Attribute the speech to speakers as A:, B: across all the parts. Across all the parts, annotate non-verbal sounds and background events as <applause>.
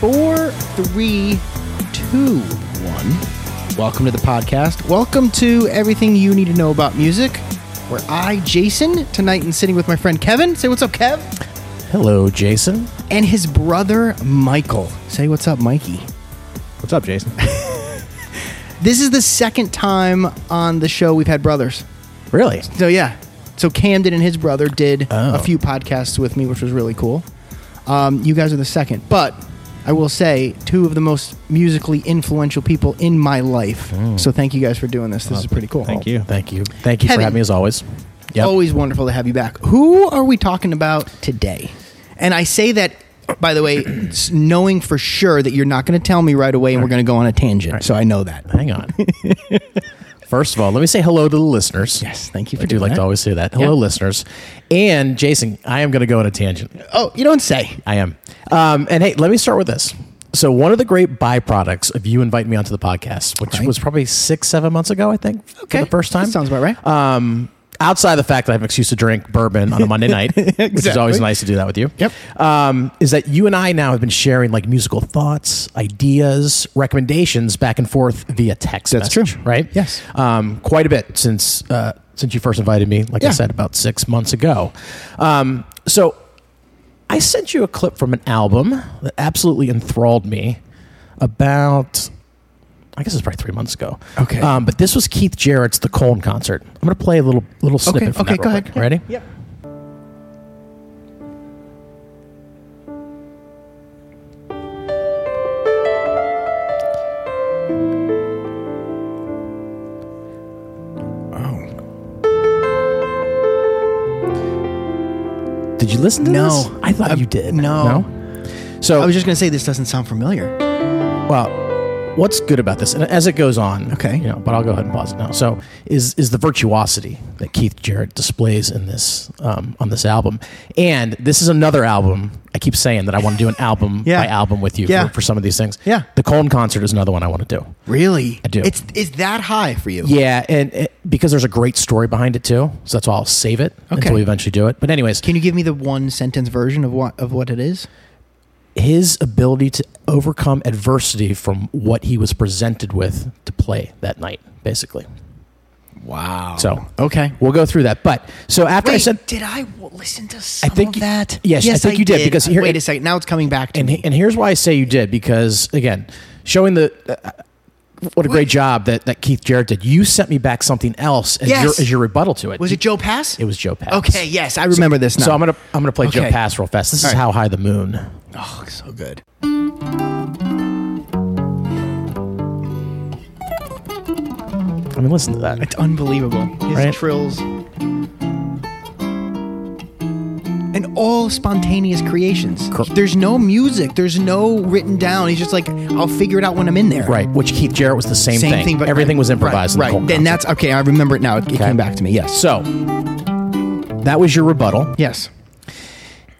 A: four, three, two, one. Welcome to the podcast. Welcome to everything you need to know about music. Where I, Jason, tonight and sitting with my friend Kevin. Say what's up, Kev.
B: Hello, Jason.
A: And his brother Michael. Say what's up, Mikey.
B: What's up, Jason?
A: This is the second time on the show we've had brothers.
B: <laughs> really?
A: So yeah, so Camden and his brother did
B: Oh.
A: a few podcasts with me, which was really cool. Um, you guys are the second, but I will say two of the most musically influential people in my life. So thank you guys for doing this. This is pretty cool. Oh.
C: Thank you.
B: Mm. Uh, Thank you. Thank you
A: Kevin.
B: for having me as always. Yep.
A: Always wonderful to have you back. Who are we talking about today? And I say that, by the way, s- knowing for sure that you're not going to tell me right away, and we're going to go on a tangent. So I know that. <laughs>
B: Hang on. First of all, let me say hello to the listeners.
A: Yes, thank you for
B: I do
A: doing
B: like
A: that.
B: to always say that. Hello,
A: Yeah.
B: listeners. And Jason, I am going to go on a tangent.
A: Oh, you don't say.
B: I am. Um, and hey, let me start with this. So, one of the great byproducts of you inviting me onto the podcast, which
A: Right.
B: was probably six, seven months ago, I think,
A: Okay.
B: for the first time.
A: That sounds about right.
B: Um, outside the fact that I have an excuse to drink bourbon on a Monday
A: <laughs>
B: night, which is
A: Exactly.
B: always nice to do that with you.
A: Yep.
B: Um, is that you and I now have been sharing like musical thoughts, ideas, recommendations back and forth via text.
A: That's
B: message,
A: true.
B: Right.
A: Yes.
B: Um, quite a bit since uh, since you first invited me, like
A: Yeah.
B: I said, about six months ago. Um, so I sent you a clip from an album that absolutely enthralled me about, I guess it's probably three months ago.
A: Okay.
B: Um, but this was Keith Jarrett's The Colon Concert. I'm going to play a little little snippet from
A: okay,
B: that
A: go
B: real
A: ahead.
B: quick. Ready?
A: Yep.
B: Did you listen to
A: No.
B: this? I thought
A: Uh,
B: you did.
A: no.
B: No? So,
A: I was just going to say this doesn't sound familiar.
B: well, what's good about this, and as it goes on,
A: Okay.
B: you know, but I'll go ahead and pause it now. So, is is the virtuosity that Keith Jarrett displays in this um, on this album, and this is another album. I keep saying that I want to do an album
A: <laughs> Yeah.
B: by album with you
A: Yeah.
B: for, for some of these things.
A: Yeah.
B: the Colon concert is another one I want to do.
A: Really?
B: I do.
A: It's is that high for you?
B: Yeah, and it, because there's a great story behind it too, so that's why I'll save it
A: Okay.
B: until we eventually do it. But anyways,
A: Can you give me the one sentence version of what of what it is?
B: his ability to overcome adversity from what he was presented with to play that night, basically.
A: Wow.
B: So
A: okay.
B: we'll go through that. But so after I
A: Wait,
B: said,
A: did I w- listen to some
B: think
A: of
B: you-
A: that?
B: yes, I think you did, because here-
A: wait a second. Now it's coming back to
B: and
A: me.
B: and here's why I say you did because again, showing the. Uh, what a great job that, that Keith Jarrett did. You sent me back something else as,
A: Yes.
B: your, as your rebuttal to it.
A: was
B: You-
A: it Joe Pass?
B: It was Joe Pass.
A: Okay. Yes, I remember this now.
B: So I'm gonna I'm gonna play Joe
A: Okay.
B: Pass real fast. This
A: All
B: is
A: right.
B: how high the moon.
A: oh, so good.
B: I mean, listen to that.
A: <laughs> It's unbelievable. His
B: Right?
A: trills. And all spontaneous creations.
B: Cor-
A: There's no music. There's no written down. He's just like, I'll figure it out when I'm in there.
B: Right, which Keith Jarrett was the same,
A: Same
B: thing.
A: thing, but
B: Everything was improvised. in the
A: Right.
B: whole
A: right. Then
B: concert.
A: that's okay. I remember it now. It, it
B: Okay.
A: came back to me. Yes.
B: So that was your rebuttal.
A: Yes.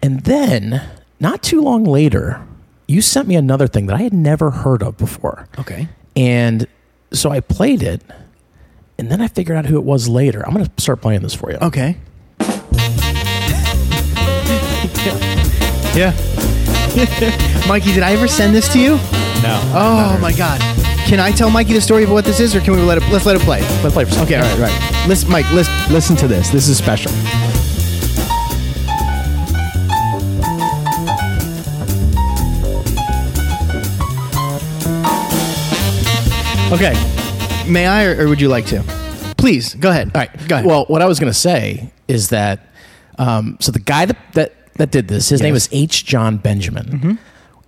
B: And then not too long later, you sent me another thing that I had never heard of before.
A: Okay.
B: And so I played it and then I figured out who it was later. I'm going to start playing this for you.
A: Okay. <laughs> yeah. <laughs> Mikey, did I ever send this to you?
C: No.
A: Oh my God. Can I tell Mikey the story of what this is, or can we let it? Let's let it play.
B: Let's play for
A: Okay. All right. Right. Listen, Mike. Listen. Listen to this. This is special. Okay. May I, or, or would you like to? Please go ahead.
B: All right.
A: Go ahead.
B: Well, what I was going to say is that um, so the guy that, that that did this, his name
A: Yes. Mm-hmm.
B: is H. John Benjamin,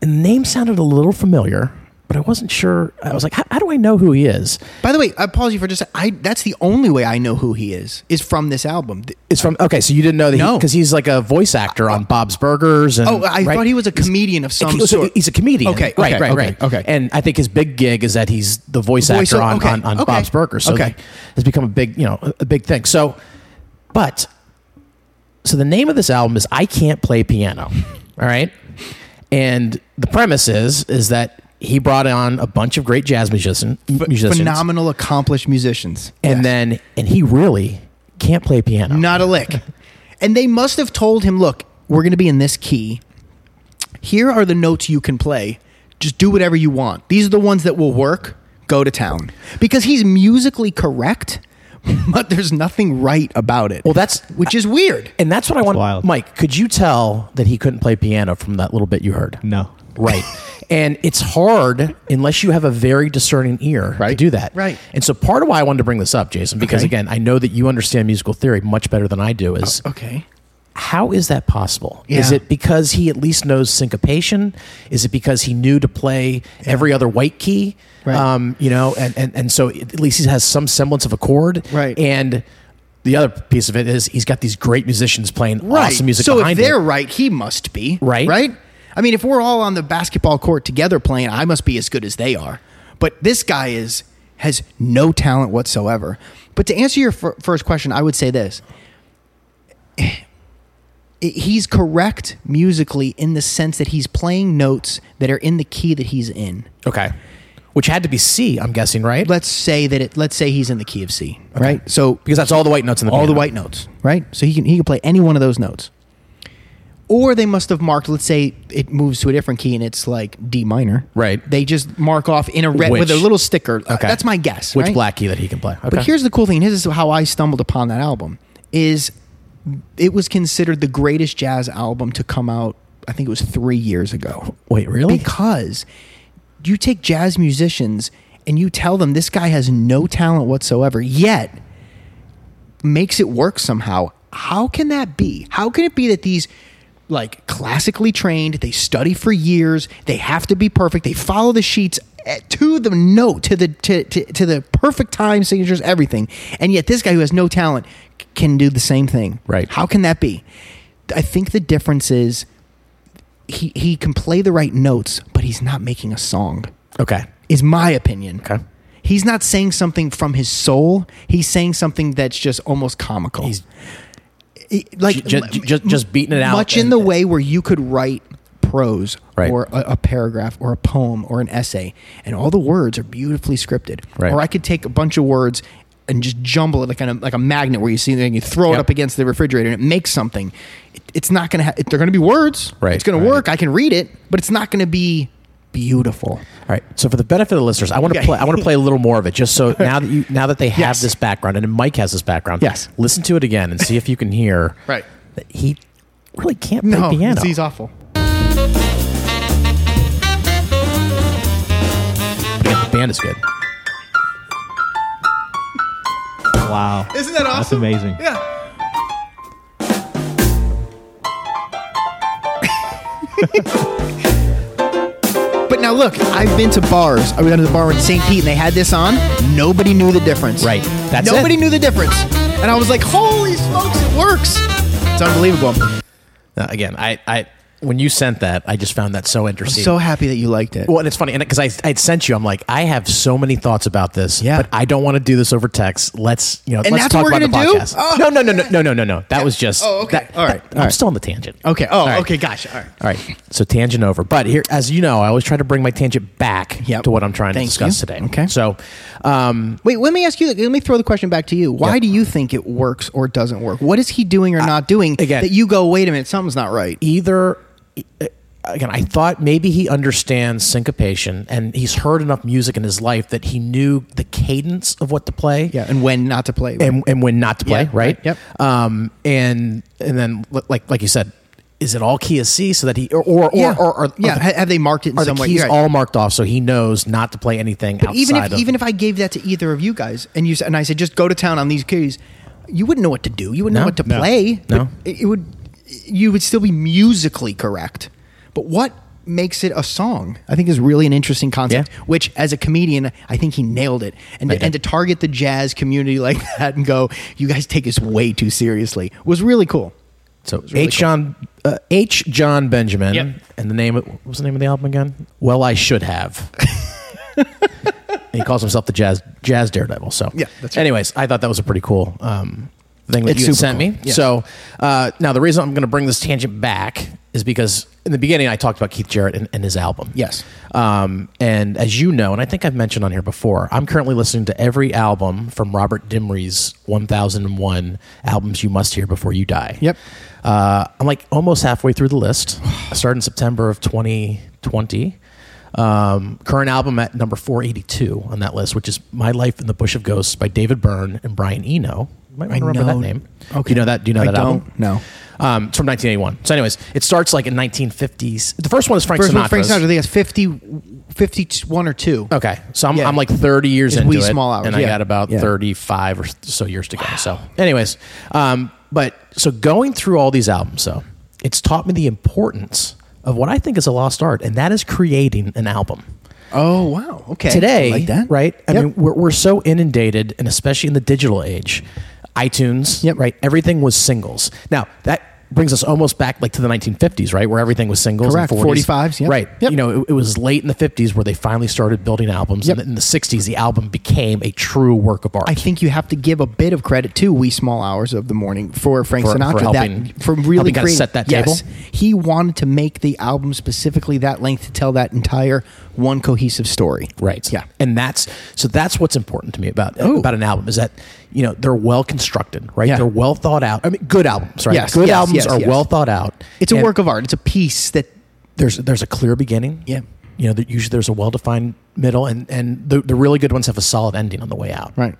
B: and the name sounded a little familiar, but I wasn't sure. I was like, how, how do I know who he is?
A: By the way, I pause you for just. a- I that's the only way I know who he is is from this album. Th-
B: It's from okay, so you didn't know that
A: No. Uh,
B: because he's like a voice actor on Bob's Burgers and
A: Oh, I
B: right?
A: thought he was a comedian of some
B: so
A: sort.
B: he's a comedian.
A: Okay,
B: right,
A: okay,
B: right,
A: okay,
B: right.
A: okay.
B: And I think his big gig is that he's the voice,
A: Voice-
B: actor on,
A: okay,
B: on, on
A: okay,
B: Bob's Burgers. So
A: okay.
B: like, it's become a big, you know, a- a big thing. So, but so the name of this album is I Can't Play Piano. All right, and the premise is is that he brought on a bunch of great jazz musician, musicians,
A: Phenomenal, accomplished musicians,
B: and then and he really can't play piano.
A: not a
B: <laughs>
A: lick. and they must have told him, "Look, we're going to be in this key. Here are the notes you can play. just do whatever you want. These are the ones that will work. Go to town because he's musically correct, <laughs> but there's nothing right about it.
B: Well, that's
A: which is weird.
B: and that's what I want.
C: wild.
B: Mike, could you tell that he couldn't play piano from that little bit you heard?
C: No. <laughs>
B: Right. and it's hard unless you have a very discerning ear to
C: Right.
B: do that.
A: Right.
B: And so part of why I wanted to bring this up, Jason, because
A: Okay.
B: again, I know that you understand musical theory much better than I do, is
C: Oh.
A: Okay.
B: how is that possible? Is
A: Yeah.
B: it because he at least knows syncopation? Is it because he knew to play every other white key?
A: Right.
B: Um, you know, and, and, and so at least he has some semblance of a chord.
A: Right.
B: And the other piece of it is he's got these great musicians playing awesome music
A: So if
B: behind
A: they're
B: him.
A: right, he must be
B: Right.
A: Right. I mean, if we're all on the basketball court together playing, I must be as good as they are. But this guy is has no talent whatsoever. But to answer your fir- first question, I would say this: <sighs> I- he's correct musically in the sense that he's playing notes that are in the key that he's in.
B: Okay. Which had to be C, I'm guessing, right?
A: Let's say that it. Let's say he's in the key of C. Right. So
B: because that's all the white notes in the
A: all the
B: piano.
A: white notes, right? So he can he can play any one of those notes. Or they must have marked. Let's say it moves to a different key and it's like D minor,
B: Right.
A: They just mark off in a red
B: Which-
A: with a little sticker. Uh,
B: Okay.
A: that's my guess.
B: Which
A: right?
B: black key that he can play? Okay.
A: But here's the cool thing. and This is how I stumbled upon that album. Is it was considered the greatest jazz album to come out. I think it was three years ago.
B: wait, really?
A: Because you take jazz musicians and you tell them this guy has no talent whatsoever, yet makes it work somehow. How can that be? How can it be that these like classically trained, they study for years, they have to be perfect, they follow the sheets eh, to the note, to the to, to, to the perfect time signatures, everything. And yet this guy who has no talent c- can do the same thing.
B: Right.
A: How can that be? I think the difference is he he can play the right notes, but he's not making a song.
B: okay.
A: Is my opinion.
B: Okay.
A: He's not saying something from his soul. He's saying something that's just almost comical.
B: He's-
A: He- like
B: Ju- ju- ju- just beating it out
A: Much in
B: and-
A: the way where you could write prose
B: Right.
A: or a, a paragraph or a poem or an essay, and all the words are beautifully scripted.
B: Right.
A: Or I could take a bunch of words and just jumble it like on a, like a magnet where you see and you throw it
B: Yep.
A: up against the refrigerator and it makes something. It, it's not going to. Ha- they're going to be words.
B: Right,
A: It's going
B: right.
A: to work. I can read it, but it's not going to be beautiful.
B: All right. So for the benefit of the listeners, I want to
A: Okay.
B: play. I want to play a little more of it, just so
A: <laughs>
B: now that you now that they have
A: Yes.
B: this background and Mike has this background.
A: Yes.
B: Listen to it again and see if you can hear.
A: <laughs> Right.
B: That he really can't play piano.
A: he's awful.
B: The band is good.
C: Wow.
A: Isn't that
C: That's
A: awesome?
C: amazing.
A: Yeah. <laughs> but now look, I've been to bars. I went to the bar in St. Pete and they had this on. Nobody knew the difference.
B: Right. That's it.
A: Nobody knew the difference. And I was like, holy smokes, it works. It's unbelievable.
B: Uh, again, I, I when you sent that, I just found that so interesting.
A: So happy that you liked it.
B: Well, and it's funny, and because I I'd sent you, I'm like, I have so many thoughts about this.
A: Yeah.
B: but I don't want to do this over text. Let's you know,
A: And
B: let's
A: that's
B: talk
A: what we're
B: about the
A: gonna do?
B: podcast.
A: Oh.
B: No, no, no, no, no, no, no, no. That was just.
A: Oh, okay.
B: that-
A: All right.
B: that-
A: All
B: I'm
A: right.
B: still on the tangent.
A: okay. Oh,
B: All right.
A: okay. Gosh. All right.
B: All right, so tangent over. But here, as you know, I always try to bring my tangent back
A: Yep.
B: to what I'm trying
A: Thank
B: to discuss
A: you.
B: today.
A: Okay.
B: so um,
A: Wait, let me ask you. Let me throw the question back to you. Why do you think it works or doesn't work? What is he doing or not doing
B: again-
A: that you go, wait a minute, something's not right?
B: either uh, again, I thought maybe he understands syncopation and he's heard enough music in his life that he knew the cadence of what to play.
A: Yeah, and when not to play.
B: and, and when not to play,
A: Yeah,
B: right?
A: right, yep.
B: Um, and and then li- like like you said, is it all key of C so that he or or or,
A: yeah,
B: or, or
A: yeah.
B: are
A: ha- have they marked it in
B: the, are the
A: some way?
B: keys
A: You're right.
B: all marked off so he knows not to play anything outside
A: even if
B: of
A: even if I gave that to either of you guys and you s- and I said just go to town on these keys, you wouldn't know what to do. You wouldn't
B: No,
A: know what to
B: no,
A: play.
B: no.
A: But it, it would. You would still be musically correct, but what makes it a song? I think is really an interesting concept.
B: Yeah.
A: Which, as a comedian, I think he nailed it. And to,
B: Okay.
A: and to target the jazz community <laughs> like that and go, you guys take this way too seriously, was really cool.
B: so
A: really
B: H John uh, H John Benjamin
A: Yep.
B: and the name of, what was the name of the album again? Well, I should
A: <laughs>
B: have. And he calls himself the jazz jazz daredevil. So
A: Yeah, that's right.
B: Anyways, I thought that was a pretty cool um, thing that
A: It's
B: you had
A: super
B: sent
A: cool.
B: me.
A: Yeah.
B: So uh, now the reason I'm going to bring this tangent back is because in the beginning I talked about Keith Jarrett and, and his album.
A: Yes.
B: Um, and as you know, and I think I've mentioned on here before, I'm currently listening to every album from Robert Dimry's 1001 albums you must hear before you die.
A: Yep. <sighs>
B: Uh, I'm like almost halfway through the list. I started in September of 2020. Um, current album at number 482 on that list, which is My Life in the Bush of Ghosts by David Byrne and Brian Eno. You might want to remember
A: know-
B: that name.
A: okay.
B: Do you know that? Do you know
A: I
B: that album?
A: don't know.
B: Um, it's from 1981. So, anyways, it starts like in 1950s. The first one is Frank
A: First one,
B: Sinatra.
A: Frank Sinatra, I think it's 50, 51 or two.
B: Okay, so I'm,
A: Yeah.
B: I'm like 30 years
A: It's
B: into
A: wee
B: it,
A: small hours,
B: and I
A: yeah.
B: got about
A: Yeah.
B: 35 or so years to go. So, anyways, um, but so going through all these albums, so it's taught me the importance of what I think is a lost art, and that is creating an album
A: Oh wow, okay.
B: today,
A: I like that,
B: right? I
A: Yep.
B: mean, we're, we're so inundated, and especially in the digital age, iTunes,
A: Yep.
B: right? Everything was singles. Now that brings us almost back like to the 1950s, right, where everything was singles.
A: Correct.
B: And 40s.
A: 45s, yep.
B: right?
A: Yep.
B: You know, it, it was late in the 50s where they finally started building albums,
A: Yep.
B: and in the 60s, the album became a true work of art.
A: I think you have to give a bit of credit to Wee Small Hours of the Morning for Frank
B: For- for
A: Sinatra.
B: helping-
A: that for really
B: helping kinda
A: creating-
B: set that
A: yes.
B: table?
A: He wanted to make the album specifically that length to tell that entire one cohesive story.
B: Right.
A: Yeah.
B: And that's so that's what's important to me about
A: Ooh.
B: about an album is that you know they're well constructed, right?
A: Yeah.
B: They're well thought out. I mean, good albums, right?
A: Yes,
B: good
A: yes,
B: albums
A: yes,
B: are
A: yes.
B: well thought out.
A: It's a
B: And
A: work of art. It's a piece that
B: There's there's a clear beginning.
A: Yeah.
B: You know, that usually there's a well defined middle, and and the, the really good ones have a solid ending on the way out.
A: right.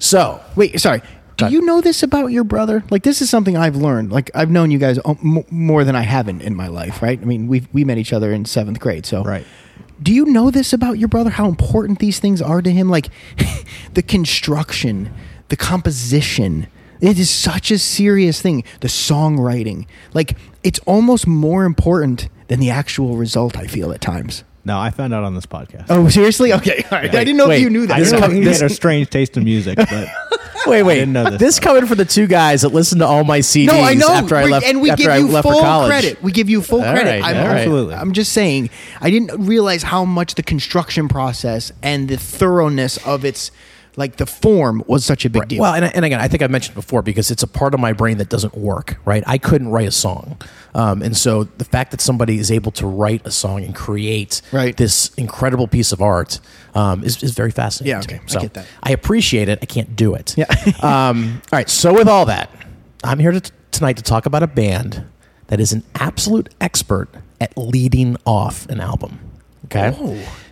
B: So
A: Wait, sorry. Do
B: Got it.
A: you know this about your brother? Like this is something I've learned. Like I've known you guys um, m- more than I haven't in my life, right? I mean, we we met each other in 7th grade, so
C: Right.
A: Do you know this about your brother? How important these things are to him? Like <laughs> the construction, the composition. It is such a serious thing. The songwriting. Like it's almost more important than the actual result, I feel at times.
C: No, I found out on this podcast.
A: Oh, seriously? Okay. All right. I didn't know
B: Wait,
A: if you knew that.
C: I
B: this
C: didn't know
B: com-
C: he
B: this-
C: had a strange taste in music, but
B: wait, wait.
C: didn't know
B: this
C: this
B: coming from the two guys that listened to all my CDs
A: No, I know.
B: after I
A: We-
B: left
A: and we
B: after
A: give
B: I
A: you
B: left for
A: full
B: college.
A: credit. We give you full
B: All
A: credit.
B: right,
A: I'm,
B: all right.
C: Absolutely.
A: I'm just saying. I didn't realize how much the construction process and the thoroughness of its, like the form, was such a big deal.
B: Well, and, and again, I think I mentioned before because it's a part of my brain that doesn't work, right? I couldn't write a song. Um, and so the fact that somebody is able to write a song and create
A: Right.
B: this incredible piece of art um, is, is very fascinating.
A: Yeah,
B: to me.
A: okay. I
B: So
A: get that.
B: I appreciate it. I can't do it.
A: Yeah.
B: <laughs> um, all right. So, with all that, I'm here to, tonight to talk about a band that is an absolute expert at leading off an album. Okay.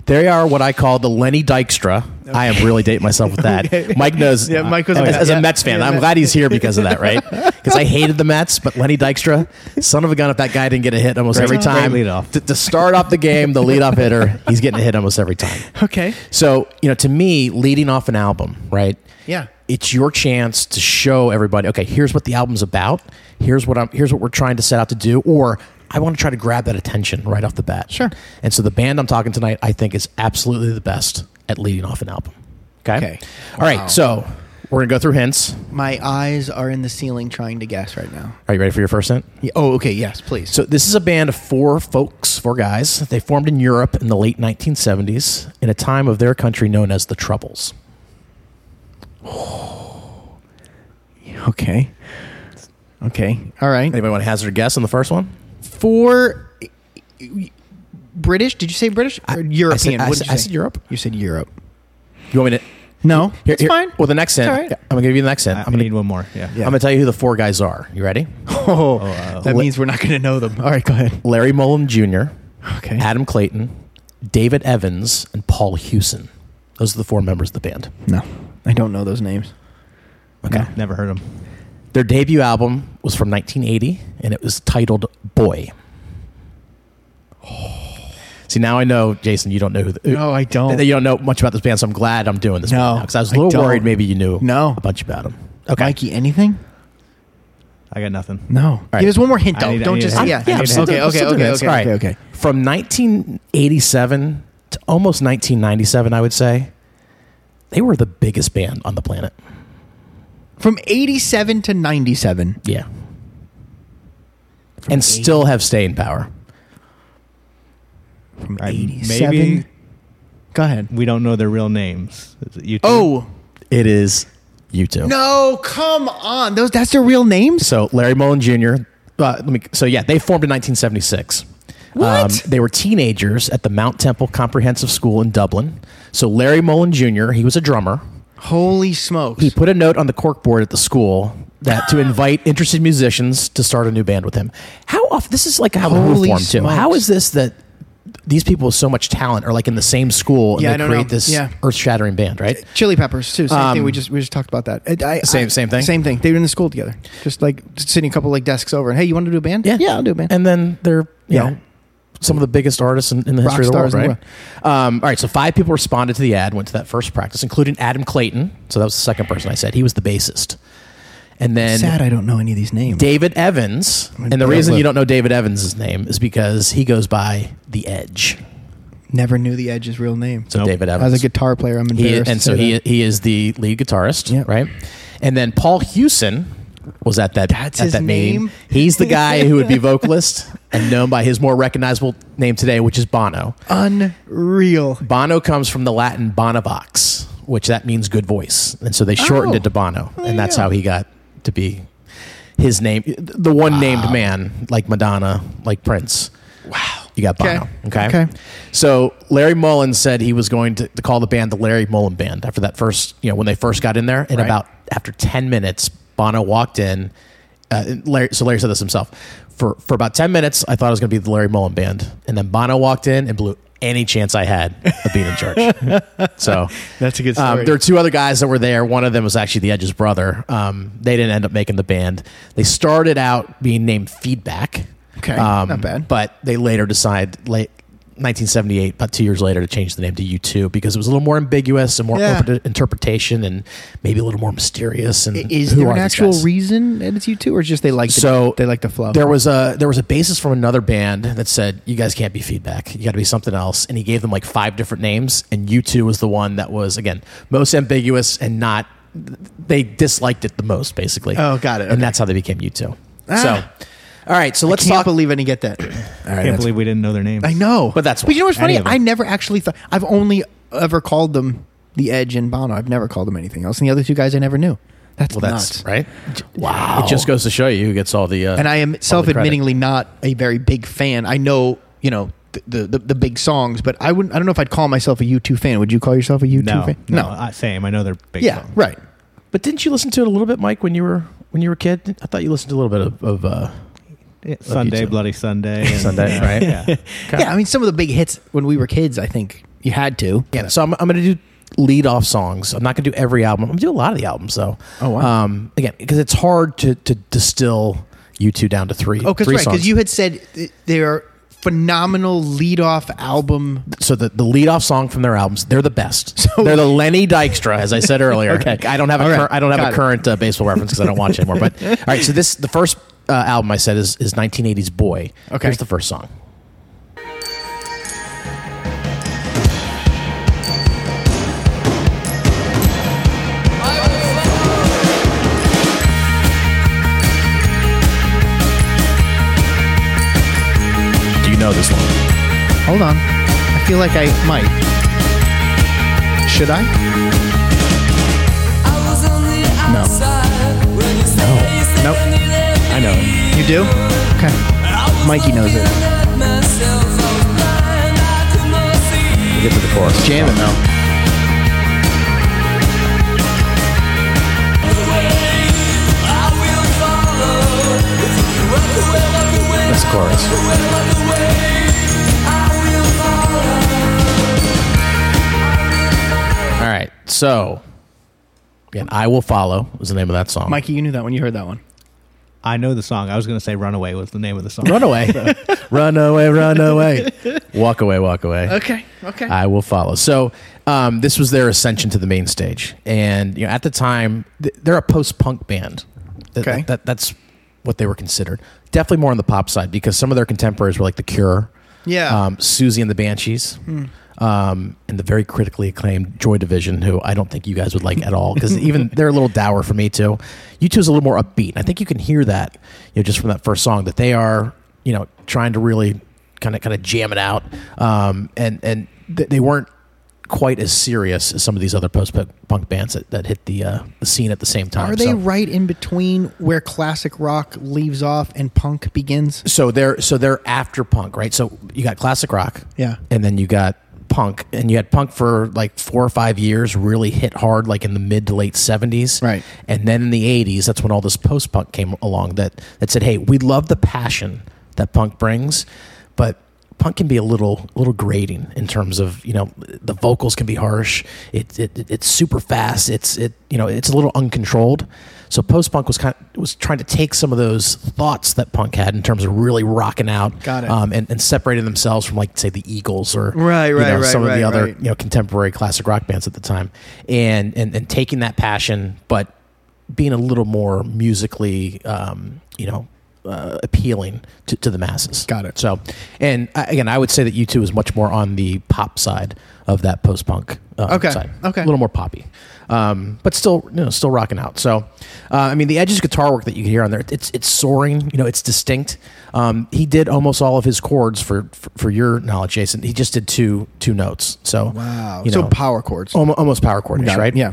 B: They are what I call the Lenny Dykstra. I am really dating myself with
A: <laughs>
B: that. Mike knows.
A: Yeah, Mike was a
B: as,
A: Mets-
B: as
A: yeah.
B: a Mets fan.
A: Yeah,
B: I'm
A: Mets.
B: glad he's here because of
A: <laughs>
B: that, right? Because I hated the Mets, but Lenny Dykstra, son of a gun, if that guy didn't get a hit almost every
C: Great
B: time,
C: leadoff.
B: To, to start off the game, the leadoff hitter, he's getting a hit almost every time.
A: okay.
B: So, you know, to me, leading off an album, right?
A: Yeah.
B: It's your chance to show everybody, okay, here's what the album's about. Here's what I'm here's what we're trying to set out to do or I want to try to grab that attention right off the bat.
A: Sure.
B: And so the band I'm talking tonight I think is absolutely the best at leading off an album. Okay?
A: Okay.
B: All right. So, we're going to go through hints.
A: My eyes are in the ceiling trying to guess right now.
B: Are you ready for your first hint?
A: Yeah, oh, okay. Yes, please.
B: So this is a band of four folks, four guys. They formed in Europe in the late 1970s in a time of their country known as the Troubles.
A: okay. Okay. All right.
B: Anybody want to hazard a guess on the first one?
A: For British, did you say British or European?
B: I
A: What
B: said-
A: did you
B: I
A: say?
B: said Europe.
A: You said Europe.
B: You want me to?
A: No,
B: Here,
A: it's
B: here-
A: fine.
B: Well, the next hint.
A: all right.
B: I'm gonna give you the next hint.
C: I
B: I'm gonna
C: need one more. Yeah.
A: Yeah.
B: I'm gonna tell you who the four guys are. You ready?
A: <laughs> Oh,
C: wow.
A: that means we're not going to know them. All right, go ahead.
B: Larry Mullen Jr.,
A: Okay.
B: Adam Clayton, David Evans, and Paul Hewson. Those are the four members of the band.
A: No, I don't know those names.
B: Okay.
C: No, never heard him.
B: Their debut album was from 1980, and it was titled "Boy." See, now I know, Jason, you don't know who. The,
A: No, I don't.
B: that You don't know much about this band, so I'm glad I'm doing this.
A: No,
B: because I was
A: I
B: a little
A: don't.
B: worried maybe you knew
A: No.
B: a bunch about them.
A: Okay. Mikey, anything?
C: I got nothing.
A: No.
B: right.
A: Give us one more hint,
C: I
A: though.
C: need- I
A: don't
C: need
A: just
C: a hint.
A: yeah.
C: I need
A: okay,
C: a hint.
B: I'm still
A: okay,
B: doing- I'm
A: okay,
B: still doing
A: okay,
B: this.
A: okay,
B: All right.
A: okay, okay.
B: From 1987 to almost 1997, I would say they were the biggest band on the planet.
A: From eighty-seven to ninety-seven.
B: Yeah, and still have staying power.
A: From
C: All right,
A: eighty-seven.
C: Maybe
A: Go ahead.
C: we don't know their real names. Is it you two?
A: Oh
B: It is you two.
A: no! Come on. Those that's their real names.
B: So Larry Mullen Jr. Uh, let me. So yeah, they formed in 1976. Um,
A: What?
B: they were teenagers at the Mount Temple Comprehensive School in Dublin. So Larry Mullen Jr. He was a drummer.
A: Holy smokes!
B: He put a note on the cork board at the school
A: <laughs>
B: that to invite interested musicians to start a new band with him. How often? This is like how the Who
A: Holy
B: formed too.
A: smokes.
B: How is this that these people with so much talent are like in the same school and
A: Yeah, I
B: they
A: don't
B: create
A: know.
B: this
A: Yeah.
B: earth-shattering band, right?
A: Chili Peppers too. Same thing.
B: Um,
A: We just we just talked about that. I, I-
B: Same- same thing?
A: Same thing. They were in the school together, just like sitting a couple like desks over. And hey, you want to do a band? yeah, I'll do a band.
B: And then they're you
A: Yeah.
B: know some of the biggest artists in, in the
A: Rock
B: history of the world,
A: stars in the
B: right? Um, all right, so five people responded to the ad, went to that first practice, including Adam Clayton. So that was the second person I said. He was the bassist, and then
A: Sad, I don't know any of these names.
B: David Evans. And the
A: David-
B: reason you don't know David Evans' name is because he goes by the Edge.
A: Never knew the Edge's real name.
B: So
C: Nope.
B: David Evans.
A: As a guitar player, I'm
B: He,
A: embarrassed.
B: and
A: to
B: so
A: say
B: he
A: that.
B: he is the lead guitarist,
A: Yeah.
B: right? And then Paul Hewson was at that
A: That's
B: at
A: his
B: that meeting.
A: name?
B: He's the guy
A: <laughs>
B: who would be vocalist and known by his more recognizable name today, which is Bono.
A: unreal.
B: Bono comes from the Latin bonavox, which that means good voice, and so they shortened
A: Oh.
B: it to Bono,
A: There you
B: and that's
A: go.
B: how he got to be his name, the one named man like Madonna, like Prince. Wow, you got
A: Okay.
B: Bono. Okay.
A: Okay.
B: So Larry Mullen said he was going to, to call the band the Larry Mullen Band after that first, you know, when they first got in there. And
A: Right.
B: about after ten minutes, Bono walked in. Uh, Larry, so Larry said this himself. For for about ten minutes, I thought it was going to be the Larry Mullen Band, and then Bono walked in and blew any chance I had of being in charge. so
A: That's a good
B: um, there were two other guys that were there. One of them was actually the Edge's brother. Um, they didn't end up making the band. They started out being named Feedback. Um,
A: Okay, not bad.
B: But they later decide late 1978, about two years later, to change the name to U2 because it was a little more ambiguous and more
A: Yeah.
B: open to interpretation and maybe a little more mysterious. And
A: is
B: who
A: there
B: are
A: an
B: these
A: actual
B: guys?
A: reason that it's you two, or just they like the,
B: So,
A: they like the flow?
B: There was a there was a bassist from another band that said you guys can't be feedback. You got to be something else. And he gave them like five different names. And U2 was the one that was again most ambiguous and not they disliked it the most basically.
A: Oh, got it. Okay.
B: And that's how they became U2.
A: Ah.
B: So, all right. So
A: I
B: let's
A: can't
B: talk.
A: believe I didn't get that.
B: <clears throat> all right,
C: Can't
B: that's-
C: believe we didn't know their names.
A: I know,
B: But that's
A: but you know what's
C: any
A: funny?
C: of them.
A: I never actually thought. I've only ever called them the Edge and Bono. I've never called them anything else. And the other two guys I never knew. That's
B: well,
A: nuts.
B: that's right.
A: Wow.
B: It just goes to show you who gets all the. Uh,
A: and I am self-admittingly not a very big fan. I know, you know, the, the the big songs, but I wouldn't. I don't know if I'd call myself a U two fan. Would you call yourself a U two
C: No,
A: fan?
C: no, I, same. I know they're big.
A: yeah,
C: songs.
A: right.
B: But didn't you listen to it a little bit, Mike, when you were when you were a kid? I thought you listened to a little bit of, of uh,
C: Yeah, Sunday,
B: too.
C: bloody Sunday, and-
B: Sunday,
C: yeah,
B: right?
C: Yeah.
A: Yeah, I mean, some of the big hits when we were kids. I think you had to.
B: Yeah, so I'm, I'm going to do lead off songs. I'm not going to do every album. I'm going to do a lot of the albums though.
A: Oh, wow.
B: Um, again, because it's hard to to distill you two down to three.
A: Oh, because
B: three
A: right, because
B: songs.
A: you had said th- their phenomenal lead-off album.
B: So the the lead off song from their albums, they're the best. <laughs> they're the Lenny Dykstra, as I
A: <laughs>
B: said earlier. okay. I don't have a
A: All right.
B: cur- I don't have
A: Got
B: a
A: it.
B: current uh, baseball reference because I don't watch anymore.
A: <laughs>
B: But all right, so this the first uh, album I said is is 1980s Boy.
A: Okay.
B: here's the first song. Do you know this one?
A: Hold on, I feel like I might. Should I?
D: No.
B: Nope. I know him.
A: You do? Okay. Mikey knows it.
B: We get to the chorus.
A: Jamming though.
B: That's the chorus. All right. So, again, I Will Follow was the name of that song.
A: Mikey, you knew that when you heard that one.
C: I know the song. I was going to say "Runaway" was the name of the song.
B: Run <laughs> away. run away, run away. Walk away, walk away.
A: Okay. Okay.
B: I will follow. So um, this was their ascension to the main stage, and you know at the time th- they're a post-punk band. Th-
A: Okay.
B: th- that, that's what they were considered. Definitely more on the pop side because some of their contemporaries were like The Cure,
A: Yeah. Hmm.
B: um, Susie and the Banshees, um, and the very critically acclaimed Joy Division, who I don't think you guys would like at all because
A: <laughs>
B: even they're a little dour for me too. You two is a little more upbeat. I think you can hear that you know just from that first song that they are you know trying to really kind of kind of jam it out, um, and and th- they weren't quite as serious as some of these other post punk bands that, that hit the uh, the scene at the same time.
A: Are they
B: So-
A: right in between where classic rock leaves off and punk begins?
B: so they're so they're after punk, right? So you got classic rock,
A: Yeah.
B: and then you got punk, and you had punk for like four or five years, really hit hard, like in the mid to late seventies,
A: Right.
B: And then in the eighties, that's when all this post punk came along that that said, hey, we love the passion that punk brings, but punk can be a little little grating in terms of you know the vocals can be harsh. It, it, it- it's super fast. It's it you know it's a little uncontrolled. So post punk was kind of, was trying to take some of those thoughts that punk had in terms of really rocking out,
A: Got it.
B: um, and, and separating themselves from like say the Eagles or
A: Right,
B: you
A: right,
B: know,
A: right,
B: some of
A: right,
B: the other
A: right.
B: you know contemporary classic rock bands at the time, and and and taking that passion, but being a little more musically um, you know uh, appealing to, to the masses.
A: Got it.
B: So, and I, again, I would say that U two is much more on the pop side of that post punk. Uh,
A: Okay,
B: Side.
A: okay.
B: A little more poppy, um, but still you know still rocking out. So, uh, I mean, the Edge's guitar work that you hear on there, it's it's soaring. You know, it's distinct. Um, he did almost all of his chords for, for for your knowledge, Jason. He just did two two notes. So
A: Wow.
B: you
A: so
B: know,
A: power chords.
B: almo- almost power chordish,
A: Got it.
B: right?
A: Yeah.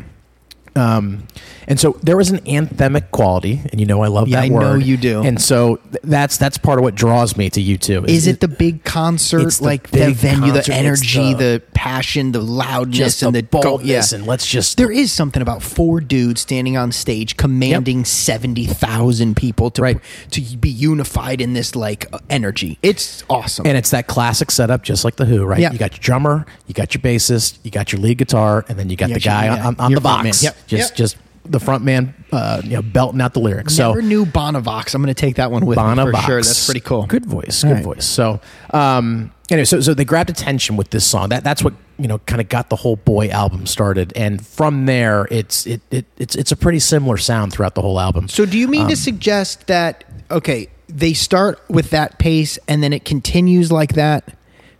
B: Um, and so there was an anthemic quality, and you know I love
A: Yeah,
B: that
A: I
B: word.
A: know you do.
B: And so th- that's that's part of what draws me to you too.
A: Is it the big concert,
B: It's the
A: like the,
B: big
A: venue,
B: concert. It's
A: the energy, the,
B: the-
A: passion, the loudness,
B: just
A: and
B: the
A: the
B: boldness?
A: go- yeah.
B: And let's just
A: There is something about four dudes standing on stage commanding 70,000 people to
B: Right.
A: to be unified in this like uh, energy. It's awesome.
B: and it's that classic setup, just like the Who, right?
A: Yeah.
B: You got your drummer, you got your bassist, you got your lead guitar, and then you got
A: You
B: the
A: got your-
B: guy
A: yeah,
B: on, on
A: your
B: the
A: front
B: box,
A: man. Yep.
B: just
A: Yep.
B: just the front man, uh, you know, belting out the lyrics. so
A: Never knew Bonavox. I'm going to take that one with me for
B: Bonavox.
A: sure. That's pretty cool.
B: Good voice. Good
A: right.
B: voice. So, um, anyway, so so they grabbed attention with this song. That that's what you know kind of got the whole boy album started, and from there, it's it, it it's it's a pretty similar sound throughout the whole album.
A: So do you mean
B: Um,
A: to suggest that okay, they start with that pace and then it continues like that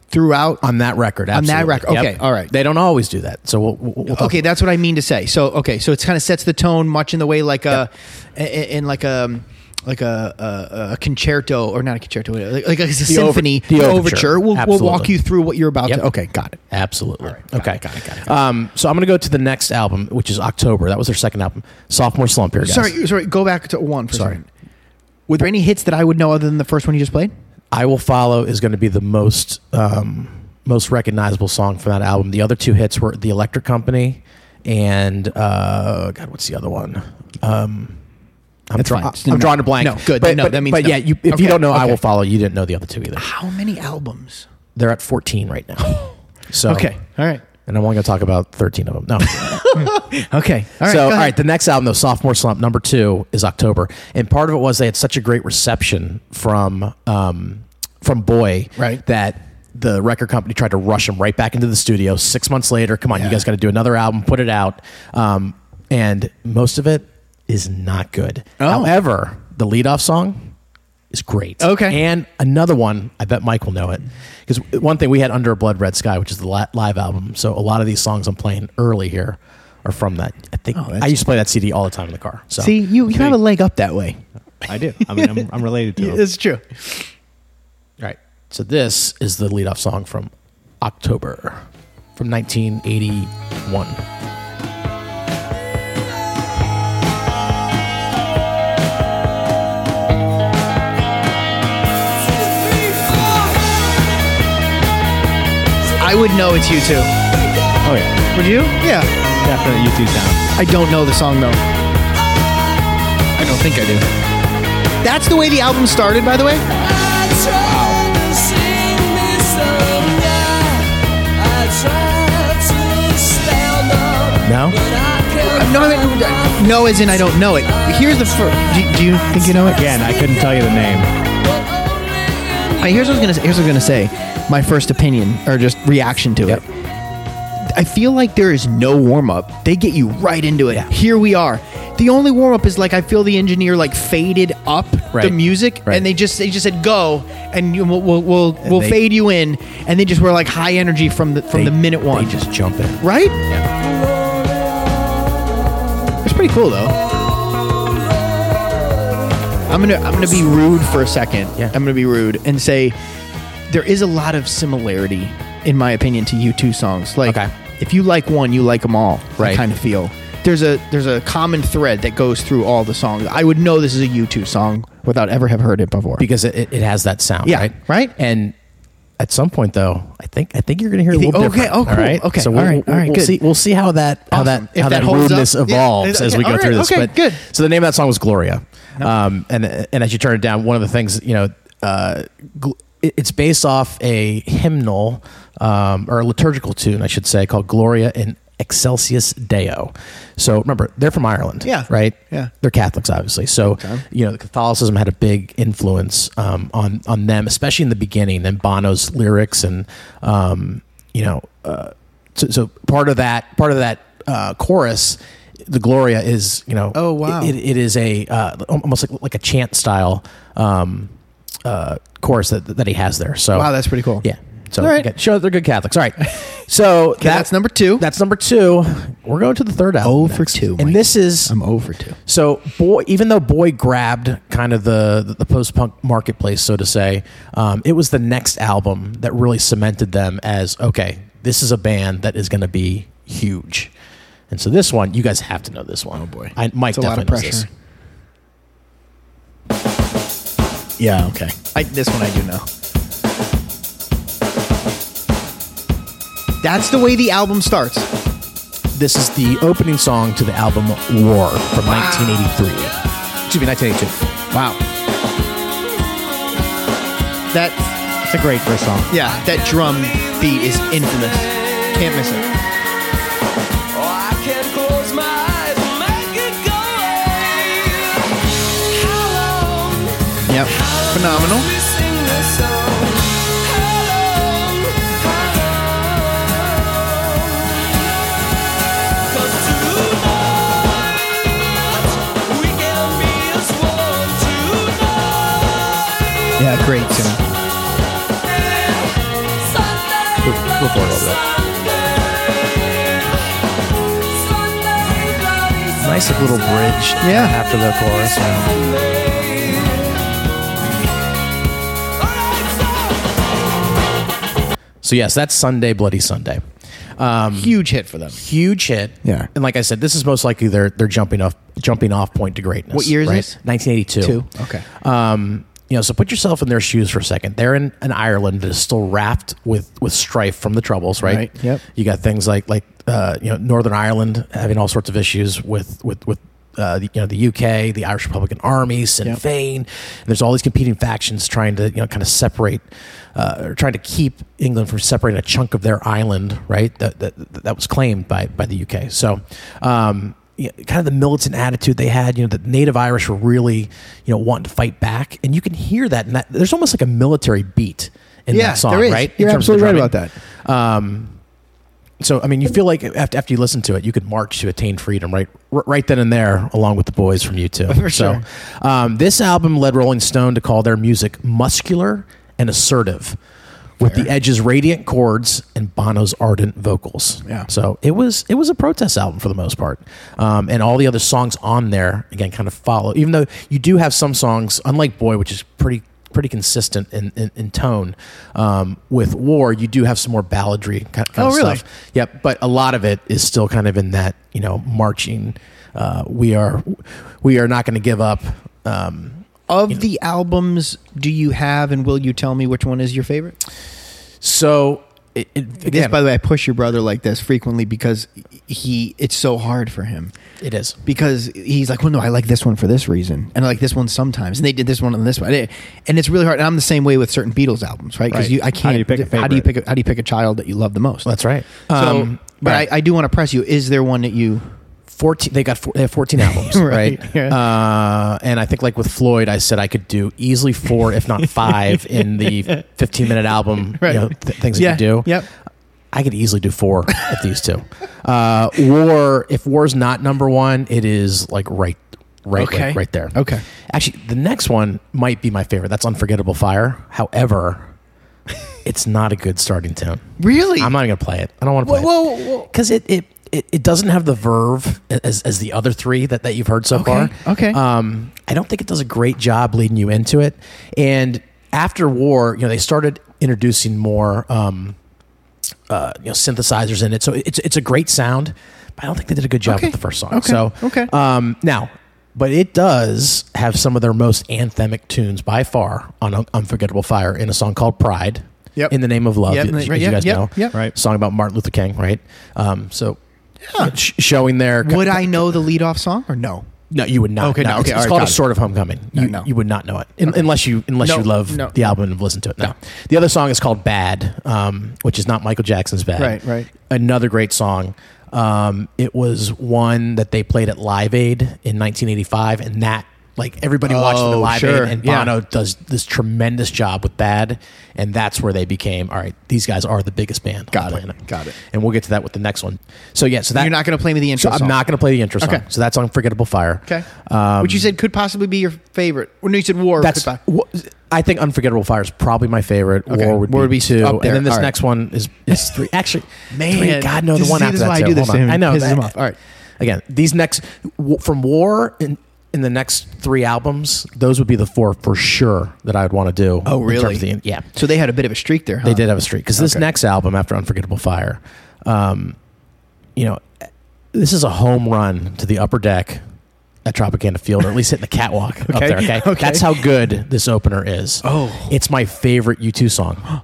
A: throughout?
B: on that record,
A: On that
B: absolutely.
A: record. Okay, all right.
B: They don't always do that. So we'll, we'll, we'll talk
A: okay, that's what I mean to say. So okay, so it's kind of sets the tone much in the way like a in- in like a like a, a, a concerto or not a concerto like, like a symphony
B: over- the
A: the
B: overture.
A: We'll, we'll
B: Absolutely.
A: walk you through what you're about
B: Yep.
A: to okay got it
B: Absolutely.
A: got
B: okay.
A: it, got it, got it,
B: Um, so I'm going to go to the next album, which is October. That was their second album, Sophomore Slump. Here, guys.
A: sorry sorry go back to one for
B: Sorry.
A: a second were there any hits that I would know other than the first one you just played
B: I Will Follow is going to be the most um, most recognizable song from that album. The other two hits were The Electric Company and uh, God, what's the other one? Um, I'm,
A: That's
B: draw-
A: fine.
B: I'm drawing a blank.
A: No, good.
B: But,
A: No,
B: but-
A: that means
B: But
A: no.
B: yeah, you, if
A: Okay,
B: you don't know I
A: okay.
B: Will Follow, you didn't know the other two either.
A: how many albums
B: They're at 14 right now.
A: <sighs>
B: So
A: Oh, all right
B: and I'm only going to talk about 13 of them. No.
A: <laughs> okay all right
B: so,
A: go
B: all
A: ahead.
B: right, the next album, though, Sophomore Slump, number two, is October. And part of it was they had such a great reception from um, from Boy
A: Right.
B: that the record company tried to rush him right back into the studio six months later. Come on, you guys got to do another album, put it out. Um, and most of it is not good.
A: Oh.
B: However, the leadoff song is great.
A: Okay.
B: And another one, I bet Mike will know it. Because one thing we had Under a Blood Red Sky, which is the li- live album. So a lot of these songs I'm playing early here are from that. I think
A: Oh, that's-
B: I used to play that CD all the time in the car. So
A: see you you have a leg up that way
C: I do. I mean, I'm, I'm related
A: <laughs>
C: to him.
A: it's true
B: all right. So this is the leadoff song from October from 1981.
A: I would know it's you too
C: Oh yeah,
A: would you yeah
C: definitely U2 sound.
A: I don't know the song though. I don't think I do. That's the way the album started, by the way.
B: No?
A: Uh, No, I mean, uh, no, as in I don't know it. Here's the first. Do, do you think you know it?
C: Again, I couldn't tell you the name.
A: Uh, here's what I was gonna. Say, here's what I was gonna say. My first opinion or just reaction to
B: Yep.
A: it. I feel like there is no warm up. They get you right into it.
B: Yeah.
A: Here we are. The only warm up is like I feel the engineer like faded up the
B: Right.
A: music,
B: Right.
A: and they just they just said go, and you, we'll we'll, we'll, we'll
B: they-
A: fade you in, and they just were like high energy from the from
B: They-
A: the minute one,
B: They just jump in.
A: right? It's pretty cool though. I'm gonna I'm gonna be rude for a second.
B: Yeah.
A: I'm gonna be rude and say there is a lot of similarity, in my opinion, to U2 songs. Like
B: Okay.
A: if you like one, you like them all. I
B: Right.
A: kind of feel there's a there's a common thread that goes through all the songs. I would know this is a U2 song without ever have heard it before.
B: Because it, it has that sound,
A: Yeah,
B: right?
A: right.
B: And at some point, though, I think I think you're going to hear a
A: think-
B: little
A: okay,
B: different.
A: oh,
B: all
A: cool,
B: right?
A: okay,
B: So we'll,
A: all right,
B: we'll,
A: all right,
B: we'll
A: good.
B: see. We'll see how that how
A: Awesome.
B: that
A: If
B: how
A: that
B: that,
A: holds
B: rudeness
A: up, yeah,
B: evolves
A: okay,
B: as we go
A: all
B: through
A: right,
B: this.
A: okay,
B: but
A: good.
B: So the name of that song was Gloria, um, and and as you turn it down, one of the things you know, uh, gl- it- it's based off a hymnal um, or a liturgical tune, I should say, called Gloria in Excelsis Deo. So remember, they're from Ireland,
A: Yeah.
B: right?
A: Yeah.
B: they're Catholics, obviously. So you know, the Catholicism had a big influence um, on on them, especially in the beginning, and Bono's lyrics, and um, you know, uh, so, so part of that part of that uh, chorus. The Gloria is, you know,
A: Oh, wow.
B: it, it is a uh, almost like like a chant style um, uh, chorus that that he has there. So
A: Wow, that's pretty cool.
B: yeah. So
A: All right.
B: okay, show that they're good Catholics.
A: <laughs>
B: All right. So
A: that's number two.
B: That's number two. We're going to the third album.
A: Oh, for
B: next.
A: two, Mike.
B: And this is
A: I'm over two.
B: so boy. Even though boy grabbed kind of the the, post punk marketplace, so to say, um, it was the next album that really cemented them as okay. This is a band that is going to be huge. And so this one, you guys have to know this one. Oh boy, I,
A: It's
B: Mike
A: a lot of
B: definitely knows
A: pressure.
B: this. Yeah. Okay.
A: I, this one I do know. That's the way the album starts.
B: This is the opening song to the album War from 1983. Excuse me, 1982.
A: Wow. That
C: It's a great first song.
A: Yeah, that drum beat is infamous. Can't miss it.
D: Oh,
A: Yep. Phenomenal. Yeah, great tune.
B: We'll forward over that. Nice little bridge
A: Yeah.
B: after the chorus. So yes, that's Sunday, Bloody Sunday. Um,
A: Huge hit for them.
B: huge hit.
A: Yeah.
B: And like I said, this is most likely their their jumping off jumping off point to greatness.
A: What year is
B: right?
A: this?
B: 1982.
A: Okay.
B: Um, you know, so put yourself in their shoes for a second. They're in an Ireland that is still wrapped with with strife from the troubles, right?
A: Right, yep.
B: You got things like like uh, you know Northern Ireland having all sorts of issues with with with. Uh, the- you know the UK, the Irish Republican Army, Sinn
A: Yep.
B: Fein. There's all these competing factions trying to you know kind of separate, uh, or trying to keep England from separating a chunk of their island, right? That that, that was claimed by by the UK. So, um, you know, kind of the militant attitude they had. You know, the Native Irish were really you know wanting to fight back, and you can hear that. And that there's almost like a military beat in
A: Yeah,
B: that song,
A: there is.
B: right? In
A: You're
B: terms of the
A: absolutely right
B: drumming.
A: about that.
B: Um, so I mean, you feel like after, after you listen to it, you could march to attain freedom, right? R- right then and there, along with the boys from U2.
A: <laughs> For
B: so,
A: sure.
B: um, this album led Rolling Stone to call their music muscular and assertive, with the Edge's radiant chords and Bono's ardent vocals.
A: Yeah.
B: So it was it was a protest album for the most part, um, and all the other songs on there again kind of follow. Even though you do have some songs, unlike Boy, which is pretty pretty consistent in, in, in tone um, with War, you do have some more balladry kind, kind
A: Oh,
B: of
A: really?
B: stuff. Yep, but a lot of it is still kind of in that you know marching. Uh, we are we are not going to give up. Um,
A: Of the albums, do you have and will you tell me which one is your favorite?
B: so it, it,
A: This,
B: again,
A: by the way, I push your brother like this frequently because he it's so hard for him.
B: it is.
A: because he's like, well, no, I like this one for this reason, and I like this one sometimes, and they did this one and this one, and it's really hard. And I'm the same way with certain Beatles albums, right? Because
B: Right.
A: you, I
B: How
A: can't.
C: do you pick a
A: How do you
C: favorite?
A: pick? A, how do you pick a child that you love the most?
B: That's right.
A: So,
B: Um,
A: but
B: right.
A: I, I do want to press you. Is there one that you?
B: 14 they got four, they have 14 albums
A: Right,
B: right,
A: yeah.
B: uh, and i think like with floyd i said i could do easily four if not five in the 15 minute album you know, th- things that you do
A: Yep.
B: i could easily do four of these two <laughs> uh, war if war's not number one it is like right right
A: Okay.
B: right, right there
A: Okay.
B: actually the next one might be my favorite that's unforgettable fire however it's not a good starting tune
A: Really?
B: i'm not even gonna play it i don't want to play
A: Whoa,
B: it
A: whoa, whoa.
B: because it, it it it doesn't have the verve as as the other three that that you've heard so far.
A: okay.
B: Um, I don't think it does a great job leading you into it. And after war, you know, they started introducing more um, uh, you know, synthesizers in it. So it's it's a great sound, but I don't think they did a good job
A: Okay.
B: with the first song.
A: Okay.
B: So
A: Okay.
B: Um, now. But it does have some of their most anthemic tunes by far on Un- Unforgettable Fire in a song called Pride.
A: Yep.
B: In the name of love,
A: Yep,
B: as,
A: right,
B: you- as you
A: yep,
B: guys
A: yep,
B: know
A: yep.
C: Right.
B: song about Martin Luther King, right? Um, so sh- showing their
A: Would I know the lead off song or no?
B: No, you would not.
A: Okay,
B: no,
A: no,
B: it's,
A: okay,
B: it's
A: all right,
B: called
A: got
B: a
A: it.
B: sort of homecoming.
A: No,
B: you,
A: no.
B: you would not know it Un- unless you unless
A: No,
B: you love
A: no.
B: the album and have listened to it. No. the other song is called "Bad," um, which is not Michael Jackson's "Bad."
A: Right, right.
B: Another great song. Um, it was one that they played at Live Aid in 1985, and that like everybody watched it at
A: Oh,
B: Live
A: sure,
B: Aid, and
A: yeah.
B: Bono does this tremendous job with "Bad," and that's where they became all right. These guys are the biggest band. on
A: Got
B: the
A: it,
B: planet.
A: got it.
B: And we'll get to that with the next one. So yeah, so that
A: You're not going to play me the
B: so
A: intro.
B: I'm
A: song.
B: not going to play the intro song.
A: Okay.
B: So that's Unforgettable Fire.
A: Okay.
B: Um,
A: Which you said could possibly be your favorite. Well, no, you said war.
B: that's.
A: could po-
B: wha- I think Unforgettable Fire is probably my favorite.
A: Okay.
B: War would
A: War would
B: be,
A: be
B: two,
A: up
B: and
A: there.
B: then this
A: All right.
B: next one is
A: <laughs>
B: is three. Actually,
A: Man,
B: three, God no, the
C: this-
B: one
C: see,
B: after
C: this is
B: that.
C: why I
B: too.
C: do this
B: Hold
C: to
B: on.
C: him.
B: I know.
C: Pisses him
B: that-
C: off.
A: All right.
B: Again, these next w- from War in in the next three albums, those would be the four for sure that I'd want to do.
A: Oh,
B: in terms
A: really?
B: of the- yeah.
A: So they had a bit of a streak there. Huh?
B: They did have a streak because this
A: Oh. Okay.
B: next album after Unforgettable Fire, um, you know, this is a home run to the upper deck at Tropicana Field, or at least hitting the catwalk up
A: Okay.
B: there. Okay?
A: <laughs> Okay.
B: that's how good this opener is.
A: Oh.
B: it's my favorite U2 song.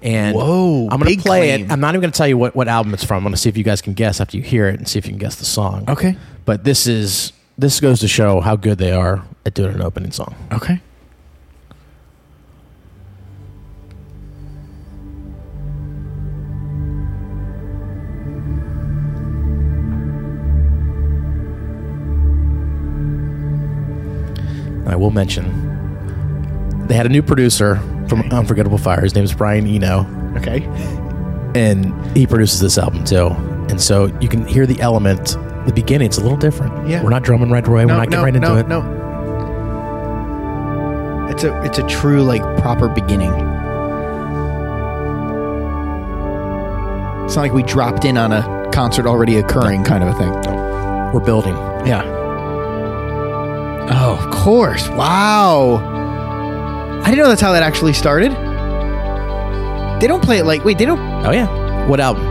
B: And
A: Whoa,
B: I'm gonna
A: big
B: play
A: claim.
B: it. I'm not even gonna tell you what, what album it's from. I'm gonna see if you guys can guess after you hear it and see if you can guess the song.
A: Okay.
B: But this is this goes to show how good they are at doing an opening song.
A: Okay.
B: I will mention they had a new producer from Unforgettable Fire. His name is Brian Eno,
A: Okay.
B: and he produces this album too. And so you can hear the element. The beginning, it's a little different.
A: Yeah.
B: we're not drumming right away. we're not getting right into
A: no,
B: it.
A: No. It's a it's a true like proper beginning. It's not like we dropped in on a concert already occurring kind of a thing.
B: We're building.
A: Yeah. Oh, of course. Wow. I didn't know that's how that actually started. They don't play it like wait, they don't
B: Oh yeah. What album?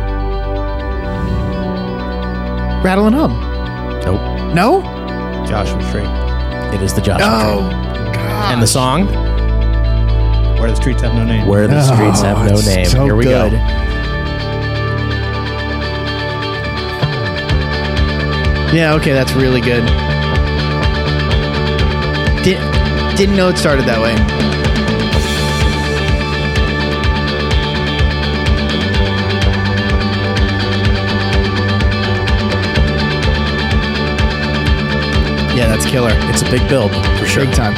A: rattle and hum.
B: Nope.
A: No?
C: Joshua Tree,
B: It is the Joshua Tree.
A: Oh god.
B: And the song
C: where the streets have no name.
B: "Where
A: Oh,
B: the Streets Have No Name." Here we go.
A: Yeah, okay, that's really good. Did, didn't know it started that way. Yeah, that's killer.
B: It's a big build for sure.
A: Big time.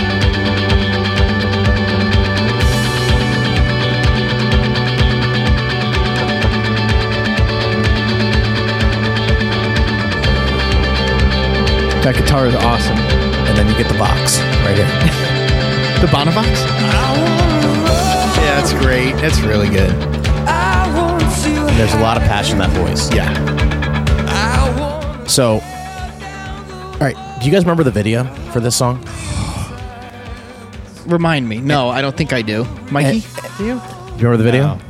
A: That guitar is awesome.
B: And then you get the box right here.
A: The Bonavox? Yeah, that's great. That's really good.
B: There's a lot of passion in that voice.
A: Yeah.
B: So, all right, do you guys remember the video for this song?
A: Remind me. No, I don't think I do. Mikey? Eh, Do you?
B: Do you remember the video?
C: No.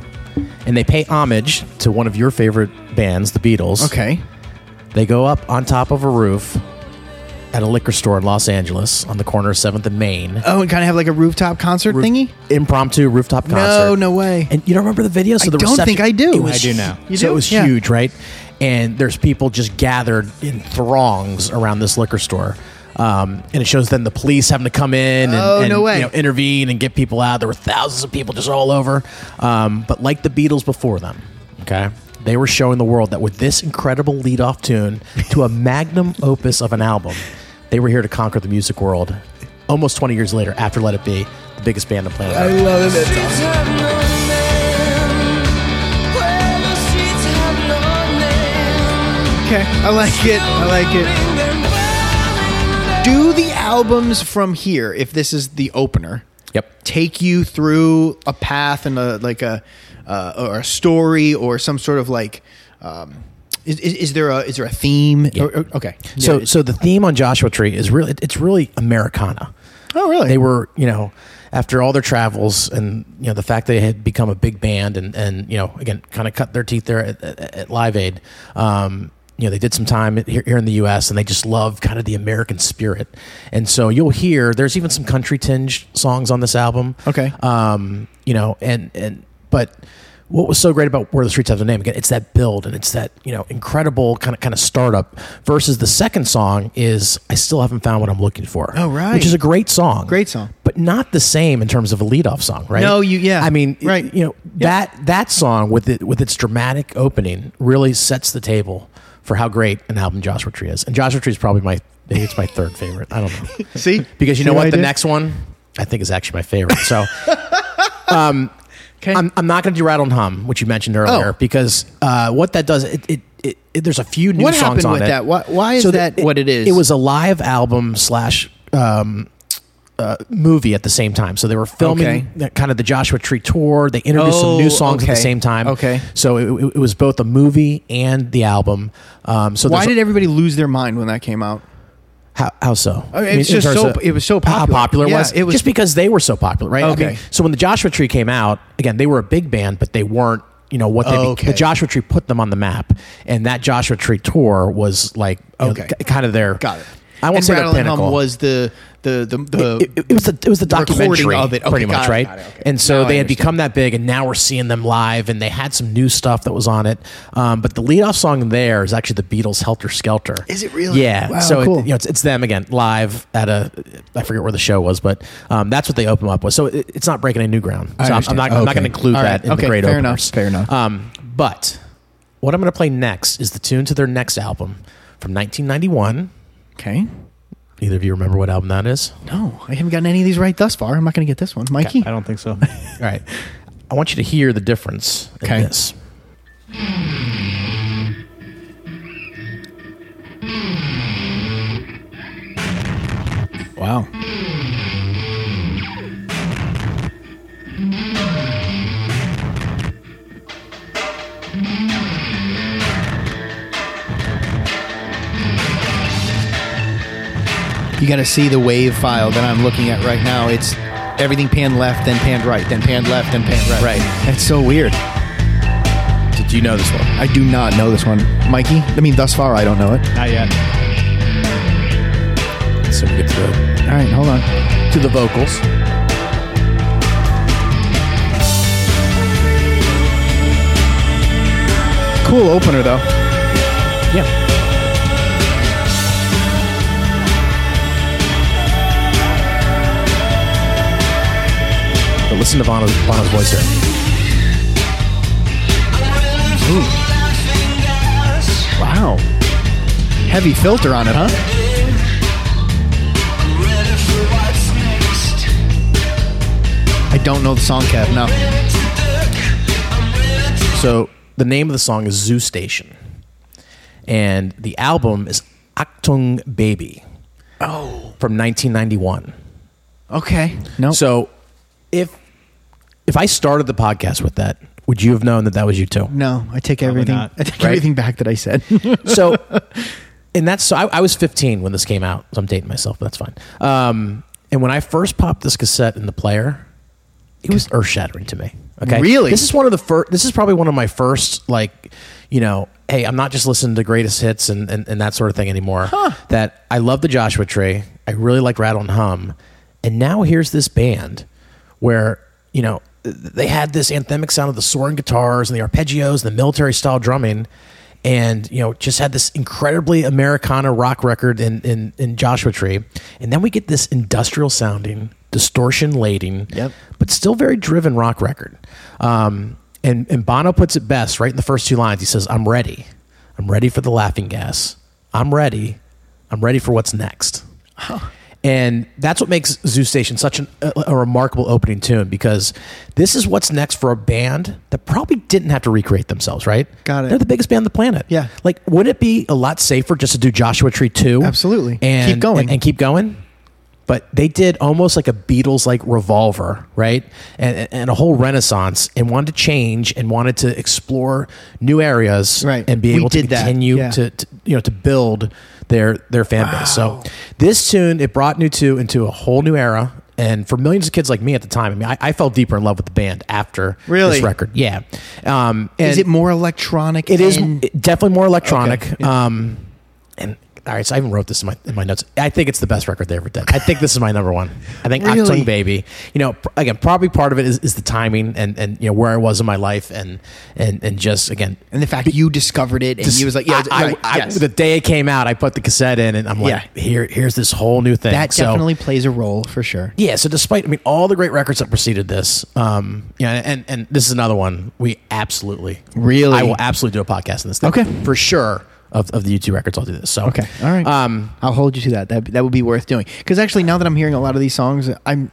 B: And they pay homage to one of your favorite bands, the Beatles.
A: Okay.
B: They go up on top of a roof at a liquor store in Los Angeles on the corner of 7th and Main.
A: Oh, and kind of have like a rooftop concert
B: Roof-
A: thingy?
B: Impromptu rooftop concert.
A: No, no way.
B: And you don't remember the video? So
A: I
B: the
A: don't
B: reception-
A: think I do.
B: It was
A: I do
C: now.
B: You
A: You
B: so
A: do?
B: it was
A: Yeah.
B: huge, right? And there's people just gathered in throngs around this liquor store. Um, and it shows then the police having to come in and,
A: Oh,
B: and,
A: no way.
B: you know, intervene and get people out. There were thousands of people just all over. Um, but like the Beatles before them, okay, they were showing the world that with this incredible lead-off tune to
A: <laughs>
B: a magnum opus of an album, they were here to conquer the music world. Almost 20 years later, after Let It Be, the biggest band on planet Earth.
A: love it. Okay. I like it. I like it. Do the albums from here, if this is the opener,
B: Yep.
A: take you through a path and a like a uh, or a story or some sort of like um, is, is, is there a is there a theme? Or- or- okay.
B: Oh, So,
A: Yeah,
B: so the theme on Joshua Tree is really it's really Americana.
A: oh really?
B: They were, you know, after all their travels and you know the fact they had become a big band and and you know again kind of cut their teeth there at, at, at Live Aid. Um, you know, they did some time here, here in the U.S. and they just love kind of the American spirit. And so you'll hear there's even some country tinge songs on this album.
A: Okay.
B: Um, you know, and and but what was so great about Where the Streets Have Their Name again? It's that build and it's that you know incredible kind of kind of startup. Versus the second song is I still haven't found what I'm looking for.
A: Oh, right.
B: which is a great song,
A: Great song.
B: but not the same in terms of a leadoff song, right?
A: No, you- yeah.
B: I mean,
A: Right.
B: right? You know that that song with it with its dramatic opening really sets the table for how great an album Joshua Tree is, and Joshua Tree is probably my maybe it's my third favorite. I don't know.
A: <laughs> See,
B: Because you
A: See
B: know
A: what I
B: what? The
A: did?
B: next one I think is actually my
A: <laughs>
B: favorite. So um, I'm, I'm not going to do Rattle and Hum, which you mentioned earlier,
A: Oh.
B: because uh, what that does, it, it, it, it- there's a few new
A: What
B: songs
A: happened
B: on
A: with
B: it.
A: that? Why- why is that what it is?
B: It was a live album slash um, uh, movie at the same time. So they were filming
A: Okay.
B: the- kind of the Joshua Tree tour. They introduced some
A: Oh,
B: new songs at
A: okay.
B: the same time.
A: Okay.
B: So it, it- it was both a movie and the album. Um, so
A: why
B: there's-
A: did everybody lose their mind when that came out?
B: how, how so?
A: I mean,
B: I mean,
A: it's
B: in
A: just
B: terms
A: so-
B: of
A: it was so
B: How
A: popular.
B: popular it
A: Yeah,
B: was
A: it was-
B: just because they were so popular, right? I
A: Okay.
B: mean, so when the Joshua Tree came out, again, they were a big band, but they weren't. You know what? They
A: Oh,
B: be-
A: okay.
B: The Joshua Tree put them on the map, and that Joshua Tree tour was like you know,
A: Okay.
B: ki- kind of their.
A: Got it.
B: I won't
A: and
B: say
A: Rattle
B: their
A: and Hum
B: pinnacle.
A: was the the the, the
B: it, it- it was the it was the
A: recording
B: documentary
A: of it. Okay,
B: pretty
A: got
B: much
A: it,
B: right.
A: got it, okay.
B: And so
A: Now I
B: they had
A: understand.
B: become that big, and now we're seeing them live, and they had some new stuff that was on it. Um, but the leadoff song there is actually the Beatles' "Helter Skelter."
A: Is it really?
B: Yeah.
A: Wow,
B: so it-
A: cool.
B: you know, it's, it's them again live at a I forget where the show was, but um, that's what they open up with. So it, it's not breaking any new ground. So I'm, I'm
A: understand.
B: not, I'm not
A: Okay.
B: going to include
A: All
B: that
A: right.
B: in
A: Okay,
B: the great
A: fair enough,
B: openers.
A: fair enough.
B: Um, but what I'm going to play next is the tune to their next album from 1991.
A: okay.
B: Either of you remember what album that is?
A: No, I haven't gotten any of these right thus far. I'm not going to get this one, Mikey.
C: I don't think so.
B: All right. I want you to hear the difference
A: Okay.
B: in this.
A: Wow. You got to see the wave file that I'm looking at right now. It's everything panned left, then panned right, then panned left, then panned right.
B: Right.
A: That's so weird.
B: Did you know this one?
A: I do not know this one. Mikey, I mean, thus far, I don't know it.
C: Not yet.
B: So we get to the,
A: All right, hold on.
B: to the vocals.
A: Cool opener, though.
B: Yeah. But listen to Bono's, Bono's voice here.
A: Wow. Heavy filter on it, huh? I don't know the song, Kev. No.
B: So the name of the song is Zoo Station. And the album is Achtung Baby. Oh. From 1991.
A: Okay. No.
B: So if if I started the podcast with that, would you have known that that was you too?
A: no, I take everything.
C: not,
A: I take
B: right?
A: everything back that I said.
B: so and that's so I, I was 15 when this came out so i'm dating myself but that's fine um, and when i first popped this cassette in the player it was earth shattering to me okay
A: Really?
B: this is one of the first this is probably one of my first like you know hey i'm not just listening to greatest hits and, and, and that sort of thing anymore that i love the joshua tree i really like rattle and hum and now here's this band where you know they had this anthemic sound of the soaring guitars and the arpeggios and the military style drumming and you know just had this incredibly americana rock record in, in, in joshua tree and then we get this industrial sounding distortion laden
A: Yep.
B: but still very driven rock record um, and, and bono puts it best right in the first two lines he says i'm ready i'm ready for the laughing gas i'm ready i'm ready for what's next and that's what makes Zoo Station such an, a, a remarkable opening tune because this is what's next for a band that probably didn't have to recreate themselves, right?
A: Got it.
B: They're the biggest band on the planet.
A: Yeah.
B: Like, would it be a lot safer just to do Joshua Tree 2?
A: Absolutely.
B: And
A: Keep going.
B: And, and keep going? But they did almost like a Beatles like revolver, right? And, and a whole renaissance and wanted to change and wanted to explore new areas
A: Right.
B: and be
A: We
B: able to
A: did that.
B: continue
A: Yeah.
B: to, to you know to build their their fan base. So this tune it brought New Two into a whole new era, and for millions of kids like me at the time, I mean, I, I fell deeper in love with the band after
A: Really?
B: this record. Yeah, um,
A: <laughs>
B: and
A: is it more electronic?
B: It is
A: and-
B: definitely more electronic.
A: Okay,
B: Um, and all right, so I even wrote this in my in my notes. I think it's the best record they ever did. I think this is my number one. I think
A: Really?
B: Octung Baby. You know, pr- again, probably part of it is, is the timing and and you know where I was in my life and and and just again.
A: And the fact that you discovered it and
B: just-
A: you was like, yeah,
B: I, I-
A: right,
B: I-
A: yes.
B: the day it came out, I put the cassette in, and I'm like,
A: Yeah.
B: here, here's this whole new thing.
A: that
B: So-
A: definitely plays a role for sure.
B: yeah, so despite I mean all the great records that preceded this, um, yeah, and and this is another one we absolutely,
A: Really?
B: I will absolutely do a podcast on this. Thing.
A: Okay.
B: for sure. Of, of the U2 records, I'll do this. So
A: Okay, all right.
B: Um,
A: I'll hold you to that. That that would be worth doing. Because actually, now that I'm hearing a lot of these songs, I'm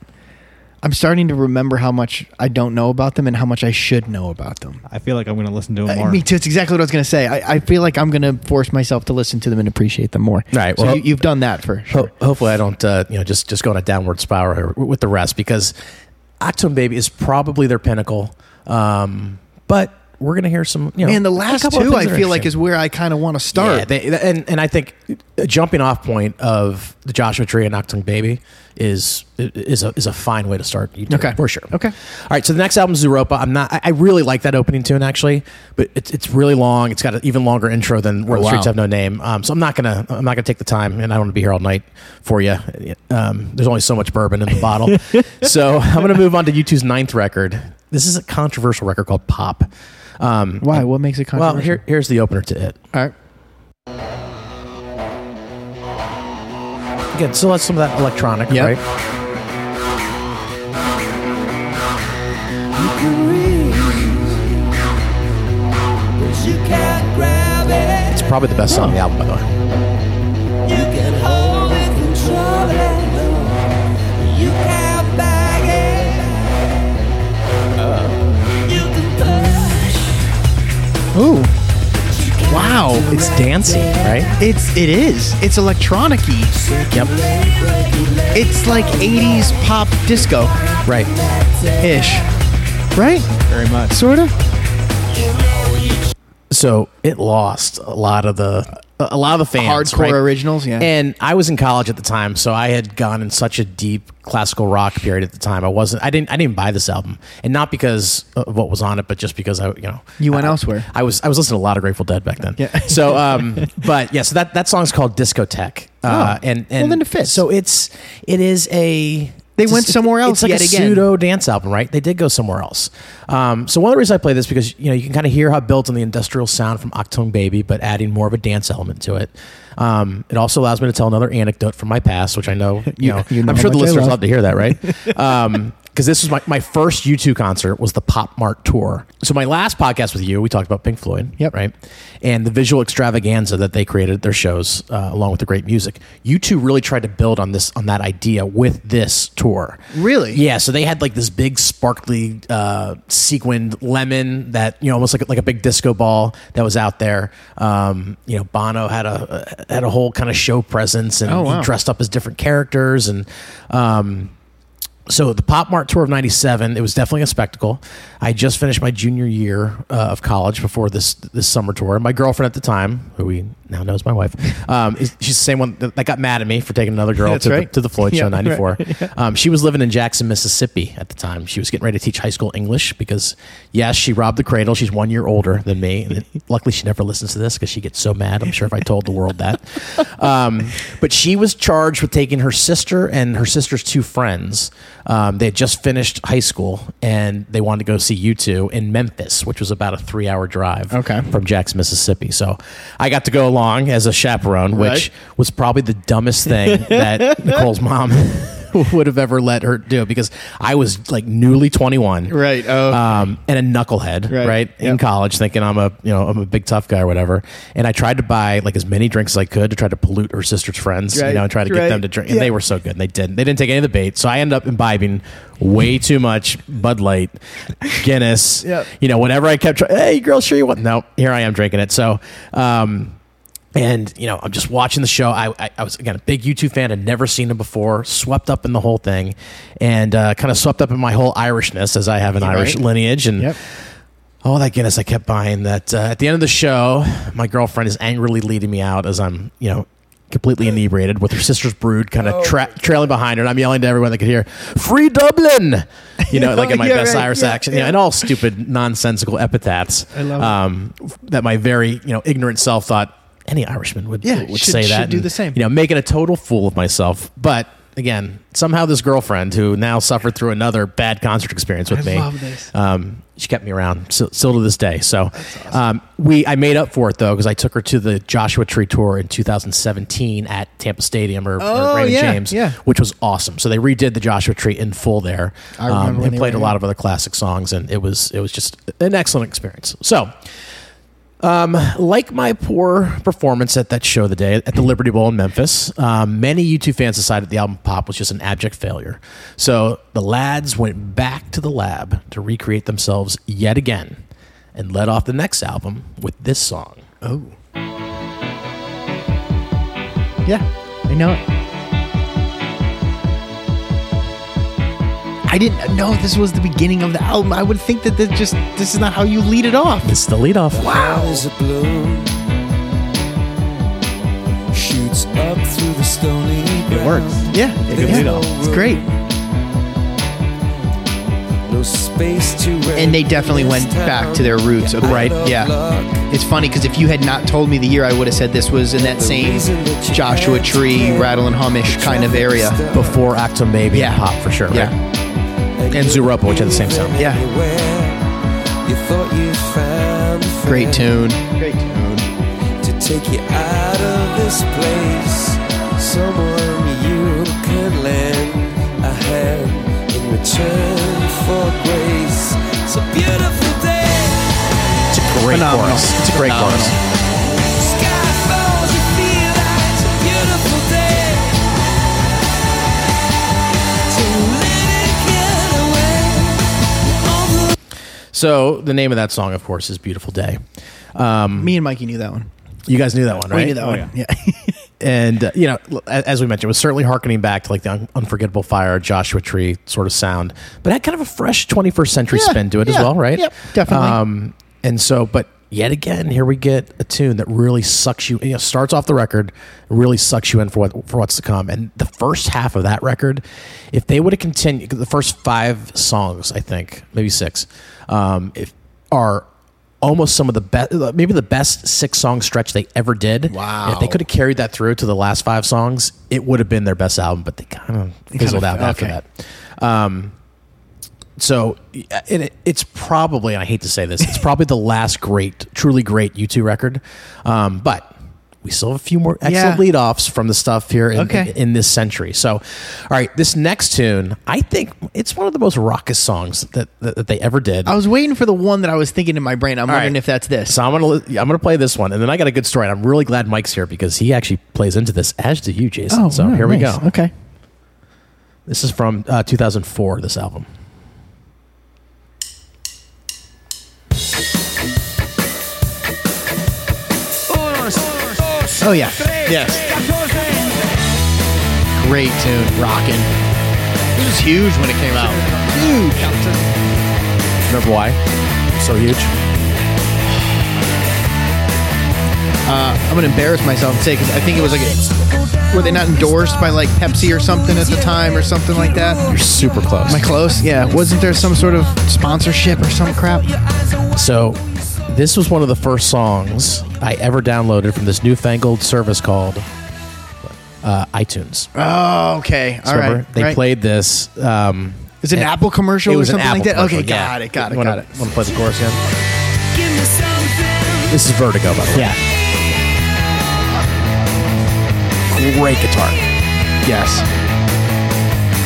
A: I'm starting to remember how much I don't know about them and how much I should know about them.
C: I feel like I'm going to listen to him
A: Uh,
C: more.
A: me too. It's exactly what I was going to say. I, I feel like I'm going to force myself to listen to them and appreciate them more.
B: Right,
A: So
B: well- oh,
A: you, you've done that for sure.
B: ho- hopefully, I don't uh, you know just just go on a downward spiral here with the rest because Octone Baby is probably their pinnacle. Um, but we're gonna hear some. You know,
A: Man, the
B: a
A: last
B: couple of
A: two
B: things
A: I
B: that are
A: feel like
B: interesting.
A: is where I kind of want to start.
B: oh. Yeah, they, and and I think a jumping off point of the Joshua Tree and Octung Baby is is a is a fine way to start. YouTube,
A: Okay.
B: for sure.
A: Okay.
B: All right, so the next album is Europa. I'm not. I, I really like that opening tune actually, but it's it's really long. It's got an even longer intro than
A: Oh,
B: Where the
A: wow.
B: Streets Have No Name. Um, so I'm not gonna I'm not gonna take the time, and I don't want to be here all night for you. Um, there's only so much bourbon in the
A: <laughs>
B: bottle, so I'm gonna move on to U2's ninth record. This is a controversial record called Pop. Um,
A: Why? What makes it
B: well,
A: controversial?
B: here, here's the opener to it.
A: All right.
B: Again, still has some of that electronic,
A: Yep.
B: right?
D: You can't grab it.
B: It's probably the best song on the album, by the way.
D: You can hold it, control it. You can't bag it. You can push.
A: Ooh. Wow.
B: It's dancing, right?
A: It's it is. It's electronic-y.
B: Yep.
A: It's like 80s pop disco
B: Right.
A: ish. Right?
C: very much.
A: Sort of.
B: So it lost a lot of the a lot of the fans.
A: Hardcore
B: right?
A: originals, yeah.
B: And I was in college at the time, so I had gone in such a deep classical rock period at the time. I wasn't. I didn't. I didn't buy this album, and not because of what was on it, but just because I, you know,
A: You went
B: I-
A: elsewhere.
B: I was. I was listening to a lot of Grateful Dead back then.
A: Yeah.
B: So, um, but yeah. So that that song's called Discotheque. Uh,
A: Oh.
B: and, and
A: Well, then it fits.
B: So it's it is a.
A: They
B: it's
A: went
B: just-
A: somewhere else
B: It's like
A: yet
B: a
A: again.
B: pseudo pseudo dance album, right? They did go somewhere else. Um, so one of the reasons I play this because you know you can kind of hear how it builds on the industrial sound from Octone Baby, but adding more of a dance element to it. Um, it also allows me to tell another anecdote from my past, which
A: <laughs>
B: I know you,
A: You-
B: know,
A: you know
B: I'm
A: how
B: sure the
A: much I
B: listeners
A: love.
B: love to hear that, right?
A: <laughs>
B: Because this was my, my first U2 concert was the Pop Mart tour. So my last podcast with you, we talked about Pink Floyd,
A: Yep.
B: right? And the visual extravaganza that they created at their shows, uh, along with the great music. U2 really tried to build on this on that idea with this tour.
A: Really?
B: Yeah. So they had like this big sparkly uh, sequined lemon that you know almost like like a big disco ball that was out there. Um, you know, Bono had a uh, had a whole kind of show presence and
A: Oh, wow.
B: he dressed up as different characters and. Um, so the Pop Mart tour of '97, it was definitely a spectacle. I had just finished my junior year uh, of college before this this summer tour. My girlfriend at the time, who we now know is my wife, um, is, she's the same one that that got mad at me for taking another girl
A: That's
B: to,
A: right.
B: the, to the Floyd show
A: <laughs> Yeah,
B: in '94. Um, she was living in Jackson, Mississippi at the time. She was getting ready to teach high school English because, yes, she robbed the cradle. She's one year older than me.
A: <laughs>
B: And luckily, she never listens to this because she gets so mad. I'm sure if I told the
A: <laughs>
B: world that. Um, but she was charged with taking her sister and her sister's two friends. Um, they had just finished high school and they wanted to go see you two in Memphis, which was about a three hour drive
A: Okay.
B: from Jackson, Mississippi. So I got to go along as a chaperone, which
A: Right.
B: was probably the dumbest thing
A: <laughs>
B: that Nicole's mom <laughs> would have ever let her do because I was like newly 21.
A: Right, oh.
B: Um, and a knucklehead,
A: Right,
B: right? In
A: yep.
B: college thinking I'm a, you know, I'm a big tough guy or whatever. And I tried to buy like as many drinks as I could to try to pollute her sister's friends,
A: Right,
B: you know, and try to
A: right,
B: get them to drink. And
A: yeah.
B: they were so good. And they didn't, they didn't take any of the bait. So I ended up imbibing way too much Bud Light,
A: <laughs>
B: Guinness,
A: Yep.
B: you know, whatever I kept trying, Hey girl, sure you want? No, here I am drinking it. So, um, and you know, I'm just watching the show. I, I, I was again a big YouTube fan. Had never seen him before. Swept up in the whole thing, and uh, kind of swept up in my whole Irishness, as I have an Irish
A: right.
B: lineage. And
A: Yep.
B: all that Guinness Oh, I kept buying. That uh, at the end of the show, my girlfriend is angrily leading me out as I'm, you know, completely inebriated with her sister's brood, kind
A: Oh,
B: of tra- trailing behind her, and I'm yelling to everyone that could hear, "Free Dublin!"
A: <laughs>
B: You know, like in my
A: Yeah,
B: best
A: right.
B: Irish
A: Yeah,
B: accent, you know,
A: yeah.
B: and all stupid nonsensical epithets. I
A: love it.
B: um, that my very you know ignorant self thought. any Irishman would,
A: Yeah,
B: would
A: should-
B: say that.
A: should do
B: and,
A: the same.
B: You know, making a total fool of myself. But again, somehow this girlfriend who now suffered through another bad concert experience with
A: I
B: me.
A: love this.
B: Um, she kept me around still, still to this day. So um, we, I made up for it though because I took her to the Joshua Tree tour in 2017 at Tampa Stadium or, or
A: Oh,
B: Raymond
A: yeah,
B: James,
A: yeah.
B: which was awesome. So they redid the Joshua Tree in full there. um,
A: I remember when
B: and
A: they
B: played
A: were
B: a
A: here.
B: lot of other classic songs, and it was it was just an excellent experience. So um, like my poor performance at that show the day at the Liberty Bowl in Memphis, um, many U2 fans decided the album Pop was just an abject failure. So the lads went back to the lab to recreate themselves yet again and led off the next album with this song.
A: Oh. Yeah, I know it. I didn't know this was the beginning of the album. I would think that this just this is not how you lead it off.
B: It's the lead off.
E: There's a bloom shoots up through the stony ground.
A: Yeah,
E: There's
A: yeah.
E: no
A: It's great.
E: room, No space to
A: And they definitely went back to their roots of
B: Right,
A: Yeah. It's funny because if you had not told me the year, I would have said this was in that same Joshua Tree, Rattle and Humish kind of area.
B: Before Actum Baby
A: Yeah.
B: and Pop for sure.
A: Yeah.
B: right? And Zooropa, which had the same sound.
A: Yeah.
E: You thought you found a
A: Great tune.
E: friend
A: Great tune.
E: To take you out of this place. Someone you can lend a hand in return for grace. It's a beautiful day.
B: It's a great
A: Phenomenal.
B: chorus. It's a great
A: Phenomenal.
B: chorus.
E: Sky falls, you feel that it's a beautiful day. To let it get away. All the
B: So the name of that song, of course, is Beautiful Day.
A: Me and Mikey knew that one.
B: You guys knew that one, right? Oh,
A: We knew that one. Oh, yeah.
B: and uh, you know l- a- as we mentioned it was certainly harkening back to like the un- unforgettable fire joshua tree sort of sound but had kind of a fresh 21st century
A: Yeah,
B: spin to it as
A: yeah,
B: well right
A: yep, definitely.
B: um, and so but yet again here we get a tune that really sucks you you know starts off the record really sucks you in for what for what's to come and the first half of that record if they would have continued 'cause the first five songs i think maybe six um, if are almost some of the best maybe the best six song stretch they ever did
A: Wow.
B: if they could have carried that through to the last five songs, it would have been their best album, but they kind of fizzled out
A: kinda-
B: after
A: okay.
B: that. Um, so uh, and it, it's probably, and I hate to say this, it's probably the last great, truly great U2 record. Um, but we still have a few more excellent
A: Yeah.
B: lead offs from the stuff here in,
A: Okay.
B: in, this century. So, all right, this next tune, I think it's one of the most raucous songs that, that, that they ever did.
A: I was waiting for the one that I was thinking in my brain. I'm
B: All
A: wondering
B: right.
A: if that's this.
B: So I'm gonna li- I'm gonna play this one, and then I got a good story. And I'm really glad Mike's here because he actually plays into this, as do you, Jason. so
A: Oh, wow,
B: here
A: nice.
B: we go.
A: Okay.
B: This is from uh, 2004. This album.
A: Oh yeah. Yes. Great tune, rocking. This was huge when it came out. Huge.
B: Remember why? So huge.
A: I'm gonna embarrass myself and say because I think it was like a, were they not endorsed by like Pepsi or something at the time or something like that?
B: You're super close.
A: Am I close? Yeah. Wasn't there some sort of sponsorship or some crap?
B: So this was one of the first songs I ever downloaded from this newfangled service called uh, iTunes.
A: Oh, okay. All
B: Remember?
A: right.
B: They
A: right.
B: played this. Um,
A: Is it an
B: and-
A: Apple commercial
B: It
A: or
B: was an
A: something
B: Apple
A: like that?
B: commercial,
A: Okay,
B: yeah.
A: got it, got it,
B: Wanna-
A: got it.
B: Wanna play the chorus again?
D: Give me something.
B: This is Vertigo, by the way.
A: Yeah.
B: Great guitar.
A: Yes.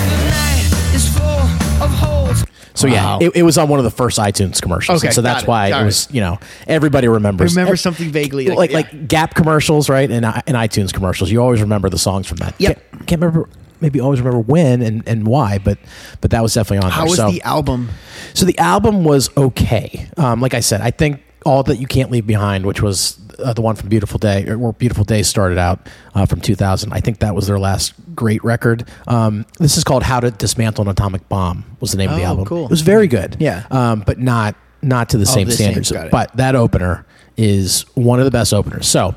D: The night is full of holes.
B: So
A: Wow.
B: yeah, it, it was on one of the first iTunes commercials.
A: Okay,
B: Okay, so that's
A: got it.
B: why
A: All
B: it was you know everybody remembers.
A: Remember
B: Ev-
A: something vaguely
B: like
A: like-
B: like,
A: yeah.
B: Gap commercials, right? And i- and iTunes commercials. You always remember the songs from that.
A: Yep.
B: Can't, can't remember. Maybe always remember when and, and why, but but that was definitely on
A: How
B: there.
A: was
B: so,
A: the album?
B: so the album was okay. Um, like I said, I think all that you can't leave behind, which was uh, the one from Beautiful Day, or where Beautiful Day started out uh, from 2000. I think that was their last great record. Um, this is called How to Dismantle an Atomic Bomb was the name of the
A: Oh,
B: album.
A: cool.
B: It was very good.
A: Yeah.
B: um, but not not to the same
A: the same,
B: standards.
A: got it.
B: but that opener is one of the best openers. So.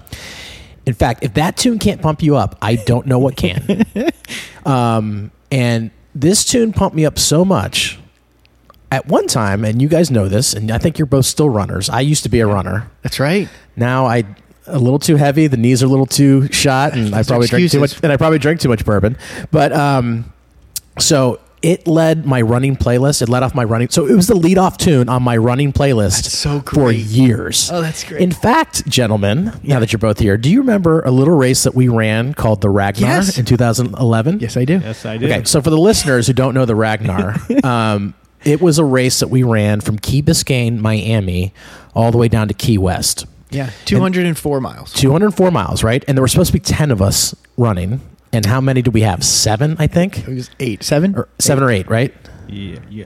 B: In fact, if that tune can't pump you up, I don't know
A: <laughs>
B: what can. um, and this tune pumped me up so much at one time, and you guys know this, and I think you're both still runners. I used to be a runner.
A: That's right.
B: Now I a little too heavy. The knees are a little too shot, and I
A: Those are
B: probably drink too
A: excuses.
B: much. And I probably drink too much bourbon. But um, so it led my running playlist. It led off my running. So it was the lead off tune on my running playlist
A: That's so
B: for
A: great.
B: years.
A: Oh, that's great.
B: In fact, gentlemen, now that you're both here, do you remember a little race that we ran called the Ragnar
A: Yes.
B: in 2011?
A: Yes, I do.
C: Yes, I do.
B: Okay, so for the listeners who don't know
A: <laughs>
B: the Ragnar, um, it was a race that we ran from Key Biscayne, Miami, all the way down to Key West.
A: Yeah, 204 miles.
B: 204 miles, right? And there were supposed to be 10 of us running. And how many did we have? Seven, I think?
A: It was eight, seven,
B: Or seven or eight, right?
C: Yeah, yeah.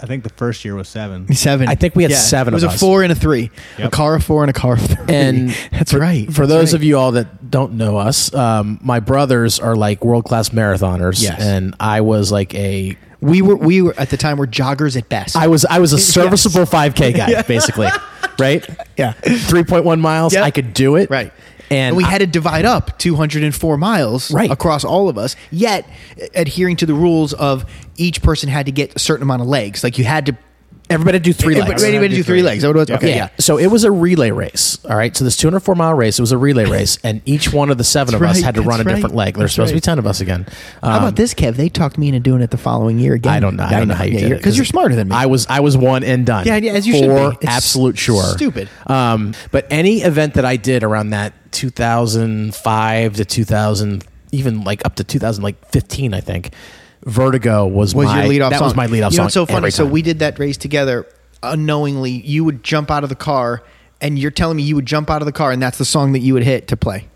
C: I think the first year was seven.
A: seven.
B: I think we had seven
A: It was
B: of
A: a
B: us.
A: four and a three. A
C: Yep.
A: car of four and a car of three.
B: And
A: <laughs> that's
B: for,
A: right.
B: For those of you all that don't know us, um, my brothers are like world class marathoners.
A: Yes.
B: And I was like a
A: we were we were at the time were joggers at best.
B: I was I
A: <laughs>
B: was a serviceable 5K guy, basically. Right?
A: yeah, and,
B: 3.1 miles.
A: Yep.
B: I could do it.
A: Right.
B: And,
A: we
B: I-
A: had to divide up 204 miles
B: Right.
A: across all of us. Yet adhering to the rules of each person had to get a certain amount of legs. Like you had to
B: everybody do three legs.
A: Everybody had to do three legs. Is that what it was? Okay,
B: yeah.
A: yeah.
B: So it was a relay race. All right. So this 204 mile race, it was a relay
A: <laughs>
B: race, and each one of the seven of
A: That's
B: us
A: right,
B: had to run a
A: that's
B: different
A: right,
B: leg. There's
A: that's
B: supposed to be
A: right. Uh,
B: 10 of us again.
A: How
B: Um,
A: about this, Kev? They talked me into doing it the following year again.
B: I don't know. I don't know how you did it
A: because you're smarter than me.
B: I was I was one and done.
A: Yeah, yeah, as you
B: for
A: should be. It's
B: absolute sure.
A: stupid.
B: Um, but any event that I did around that 2005 to 2000, even like up to 2000, like 15, I think. Vertigo was,
A: was
B: my
A: your lead off
B: that
A: song.
B: was my lead off
A: you know,
B: song.
A: it's so funny.
B: every
A: So
B: time.
A: we did that race together unknowingly. You would jump out of the car, and you're telling me you would jump out of the car, and that's the song that you would hit to play.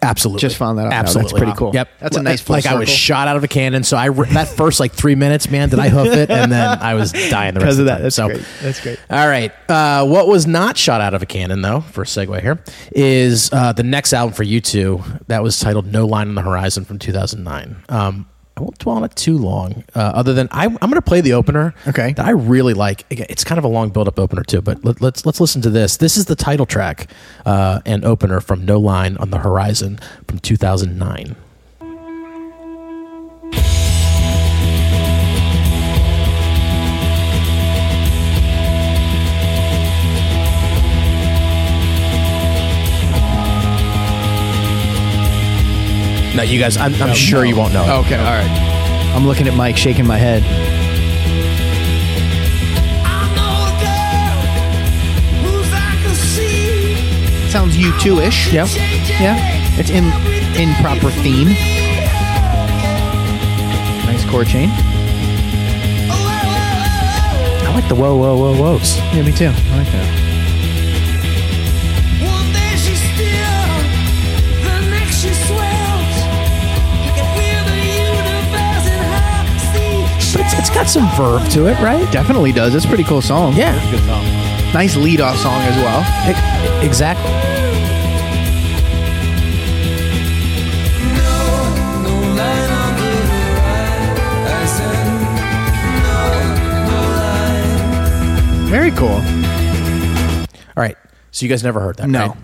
B: Absolutely.
A: Just found that out now. That's
B: Absolutely.
A: pretty cool.
B: Yep.
A: That's a nice full
B: Like I was
A: circle.
B: shot out of a cannon. So I re- that first like three minutes, man, did I hoof it, and then I was dying
A: <laughs>
B: the
A: Because
B: rest
A: of
B: the
A: that.
B: time.
A: That's
B: so,
A: great. That's great.
B: All right. Uh, what was not shot out of a cannon though, for a segue here, is uh, the next album for you two that was titled "No Line on the Horizon" from 2009. Um, I won't dwell on it too long. Uh, other than I, I'm going to play the opener.
A: Okay.
B: That I really like. Again, It's kind of a long build-up opener too, but let, let's let's listen to this. This is the title track uh, and opener from "No Line on the Horizon" from 2009. Now, you guys, I'm, I'm sure you won't know. it.
A: Okay, all right. I'm looking at Mike, shaking my head. Sounds you two ish.
B: Yep.
A: Yeah. It's in in proper theme. Nice chord chain.
B: I like the whoa, whoa, whoa, whoas.
A: Yeah, me too. I like that.
B: But it's, it's got some verve to it, right?
A: Definitely does. It's a pretty cool song.
B: Yeah,
C: Good song.
A: Nice lead off song as well.
B: e- exactly.
A: Very cool.
B: All right. So you guys never heard that?
A: No.
B: right?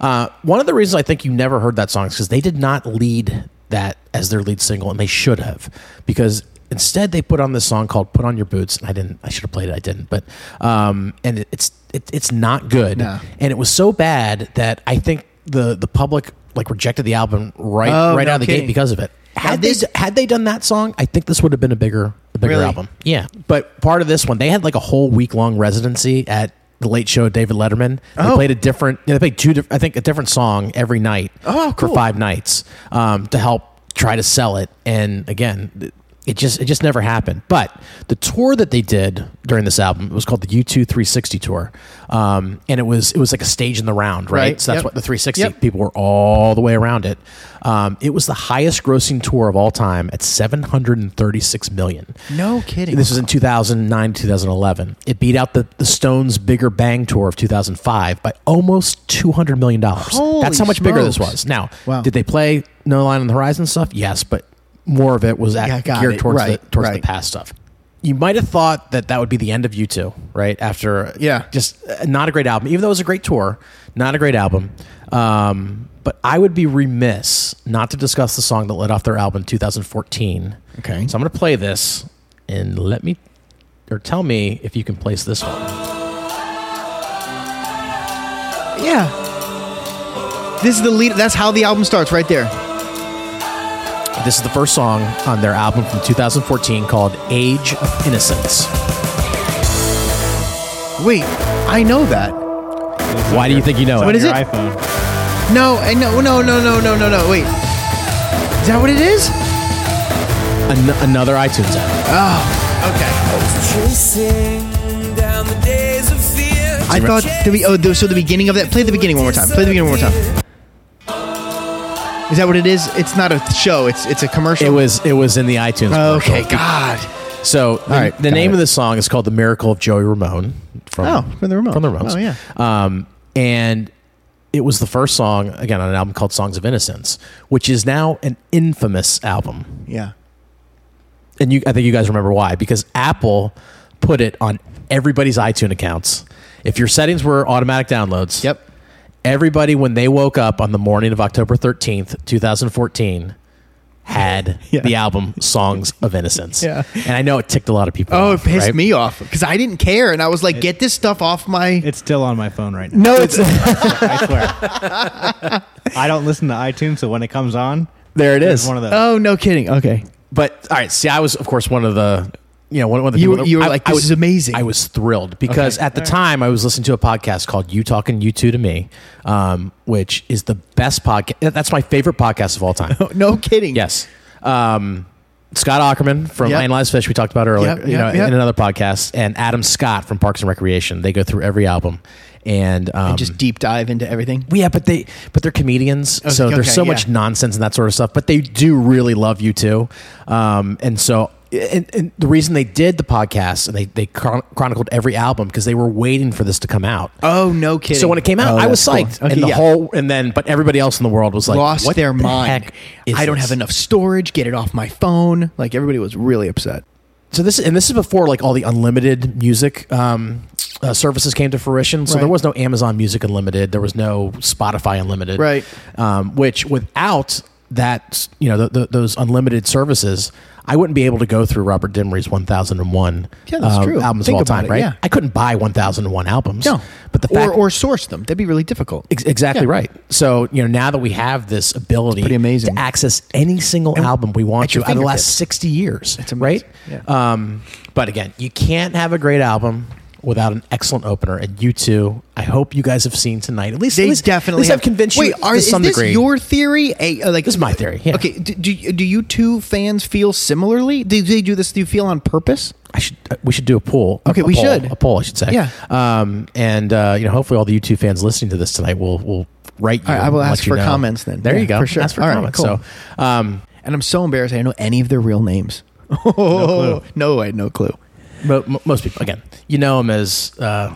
B: Uh, one of the reasons I think you never heard that song is because they did not lead that as their lead single, and they should have, because instead they put on this song called "Put on Your Boots." And I didn't. I should have played it. I didn't. But um, and it, it's it, it's not good.
A: No.
B: And it was so bad that I think the the public like rejected the album right
A: Oh,
B: right
A: no
B: out of the
A: kidding.
B: gate because of it. Had
A: this-
B: they had they done that song, I think this would have been a bigger a bigger
A: Really?
B: album. Yeah, but part of this one, they had like a whole week long residency at the Late Show. with David Letterman. They
A: Oh.
B: played a different. They played two. diff- I think a different song every night.
A: Oh,
B: for
A: cool.
B: five nights um, to help try to sell it. And again, th- it just it just never happened. But the tour that they did during this album it was called the U two three sixty tour, um, and it was it was like a stage in the round, right?
A: Right,
B: So that's
A: yep.
B: what the three sixty
A: Yep.
B: people were all the way around it. Um, it was the highest grossing tour of all time at seven hundred and thirty six million.
A: No kidding.
B: This was in 2009, 2011. It beat out the, the Stones' Bigger Bang Tour of 2005 by almost $200 million.
A: Holy
B: That's how much bigger this
A: smokes.
B: was. Now,
A: Wow.
B: did they play No Line on the Horizon stuff? Yes, but more of it was at,
A: Yeah, got
B: geared
A: it.
B: towards, the,
A: Right,
B: towards
A: right.
B: the past stuff. You might have thought that that would be the end of you two, right? After
A: Yeah.
B: just uh, not a great album, even though it was a great tour, not a great album. Um, but I would be remiss not to discuss the song that led off their album 2014.
A: Okay.
B: So I'm going to play this and let me or tell me if you can place this one.
A: Yeah. This is the lead. That's how the album starts, right there.
B: This is the first song on their album from 2014 called Age of Innocence.
A: Wait, I know that.
B: Why do you think you know
A: What
B: it?
A: is
C: your
A: it?
C: iPhone.
A: No, I know. No, no, no, no, no, no. Wait, is that what it is?
B: An- another iTunes app.
A: Okay.
E: Chasing down the days of fear.
A: I thought the be- oh, the- so the beginning of that. Play the beginning one more time. Play the beginning one more time. Is that what it is? It's not a show. It's it's a commercial.
B: It was it was in the iTunes. commercial.
A: Okay, God.
B: So the,
A: right,
B: the
A: got
B: name
A: it.
B: of the song is called "The Miracle of Joey Ramone." From,
A: Oh, from the Ramones.
B: From the Ramones.
A: Oh, yeah.
B: Um, and it was the first song again on an album called "Songs of Innocence," which is now an infamous album.
A: Yeah.
B: And you, I think you guys remember why because Apple put it on everybody's iTunes accounts. If your settings were automatic downloads,
A: Yep.
B: Everybody when they woke up on the morning of October thirteenth, two thousand fourteen. Had
A: <laughs> Yeah.
B: the album "Songs of Innocence,"
A: Yeah.
B: and I know it ticked a lot of people.
A: Oh, it
B: off,
A: pissed
B: right?
A: me off because I didn't care, and I was like, "Get this stuff off my."
C: It's still on my phone right
A: No,
C: now.
A: it's
C: I swear. I don't listen to iTunes, so when it comes on,
B: There it
C: it's
B: is.
C: one of those.
A: <laughs> oh, no kidding. Okay,
B: but all right, see, I was of course one of the you know one, one of the
A: You-
B: people that-
A: you were
B: I-
A: like,
B: I
A: "This
B: was,
A: is amazing."
B: I was thrilled because at the time I was listening to a podcast called "You Talking You Two to Me," um, which is the best podcast. That's my favorite podcast of
A: <laughs>
B: all time.
A: no kidding.
B: yes. Um, Scott Ackerman from
A: Yep.
B: Analyze Fish, we talked about earlier,
A: Yep,
B: you
A: yep,
B: know,
A: yep.
B: in another podcast, and Adam Scott from Parks and Recreation. They go through every album, and, um,
A: And just deep dive into everything.
B: Well, yeah, but they but they're comedians, so
A: Oh, okay,
B: there's so
A: yeah.
B: much nonsense and that sort of stuff. But they do really love you too, um, and so and, and the reason they did the podcast and they they chron- chronicled every album because they were waiting for this to come out.
A: Oh, no kidding.
B: So when it came out,
A: Oh,
B: I was
A: that's
B: psyched,
A: cool. Okay,
B: and the
A: yeah.
B: whole and then but everybody else in the world was like,
A: lost
B: what
A: their
B: the
A: mind.
B: heck is
A: I don't
B: this?
A: have enough storage. Get it off my phone. Like everybody was really upset.
B: So this and this is before like all the unlimited music um, uh, services came to fruition. So
A: Right.
B: there was no Amazon Music Unlimited. There was no Spotify Unlimited.
A: Right.
B: Um, which without that, you know, th th those unlimited services, I wouldn't be able to go through Robert Dimery's 1001
A: Yeah, that's
B: uh,
A: true.
B: albums
A: Think
B: of all
A: about
B: time.
A: it,
B: right.
A: yeah.
B: I couldn't buy 1001 albums.
A: No,
B: But the fact
A: or, or source them. That'd be really difficult.
B: Ex- Exactly
A: Yeah.
B: right. So you know now that we have this ability,
A: pretty amazing.
B: to access any single album we want
A: at your
B: to out of the last
A: fingertips.
B: sixty years,
A: It's
B: right?
A: amazing. Yeah.
B: Um, but again, you can't have a great album without an excellent opener. And you two, I hope you guys have seen tonight. At least,
A: They
B: at least,
A: definitely
B: at least I've convinced
A: Wait,
B: you
A: are,
B: to
A: is
B: some
A: this
B: degree.
A: your theory? A, uh, like
B: This is my theory, yeah.
A: Okay. Do, do do you two fans feel similarly? Do they do this? Do you feel on purpose?
B: I should. uh, We should do a poll. a-
A: Okay,
B: a
A: we
B: poll-
A: should.
B: a poll. I should say.
A: Yeah.
B: Um, and uh, you know, hopefully, all the YouTube fans listening to this tonight will will write you.
A: All right, I will
B: and let
A: ask
B: you
A: for
B: know.
A: comments then.
B: There
A: Yeah,
B: you go.
A: for sure.
B: Ask for
A: All right,
B: comments.
A: cool.
B: So. Um,
A: And I'm so embarrassed. I don't know any of their real names. <laughs>
C: clue.
A: no, I had no clue.
B: But m- most people, again, you know him as uh,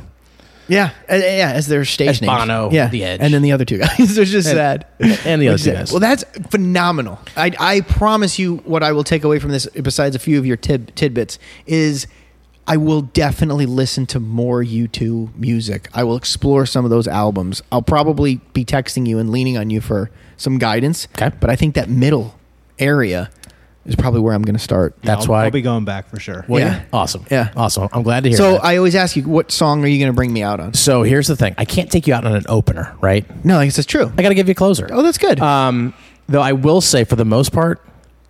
A: Yeah, uh, yeah, as their stage
B: As
A: names.
B: Bono,
A: yeah,
B: The Edge.
A: and then the other two guys. <laughs> They're just
B: And-
A: sad.
B: and the other two guys.
A: Well, that's phenomenal. I, I promise you, what I will take away from this, besides a few of your tid, tidbits, is I will definitely listen to more U2 music. I will explore some of those albums. I'll probably be texting you and leaning on you for some guidance.
B: Okay.
A: but I think that middle area is probably where I'm going to start.
B: that's
C: I'll,
B: why.
C: I'll be going back for sure.
B: Well,
A: Yeah.
B: awesome.
A: Yeah.
B: awesome. I'm glad to hear.
A: so
B: that.
A: I always ask you, what song are you going to bring me out on?
B: so here's the thing: I can't take you out on an opener, right?
A: No, I guess it's true.
B: I got to give you a closer.
A: Oh, that's good.
B: Um, though I will say, for the most part,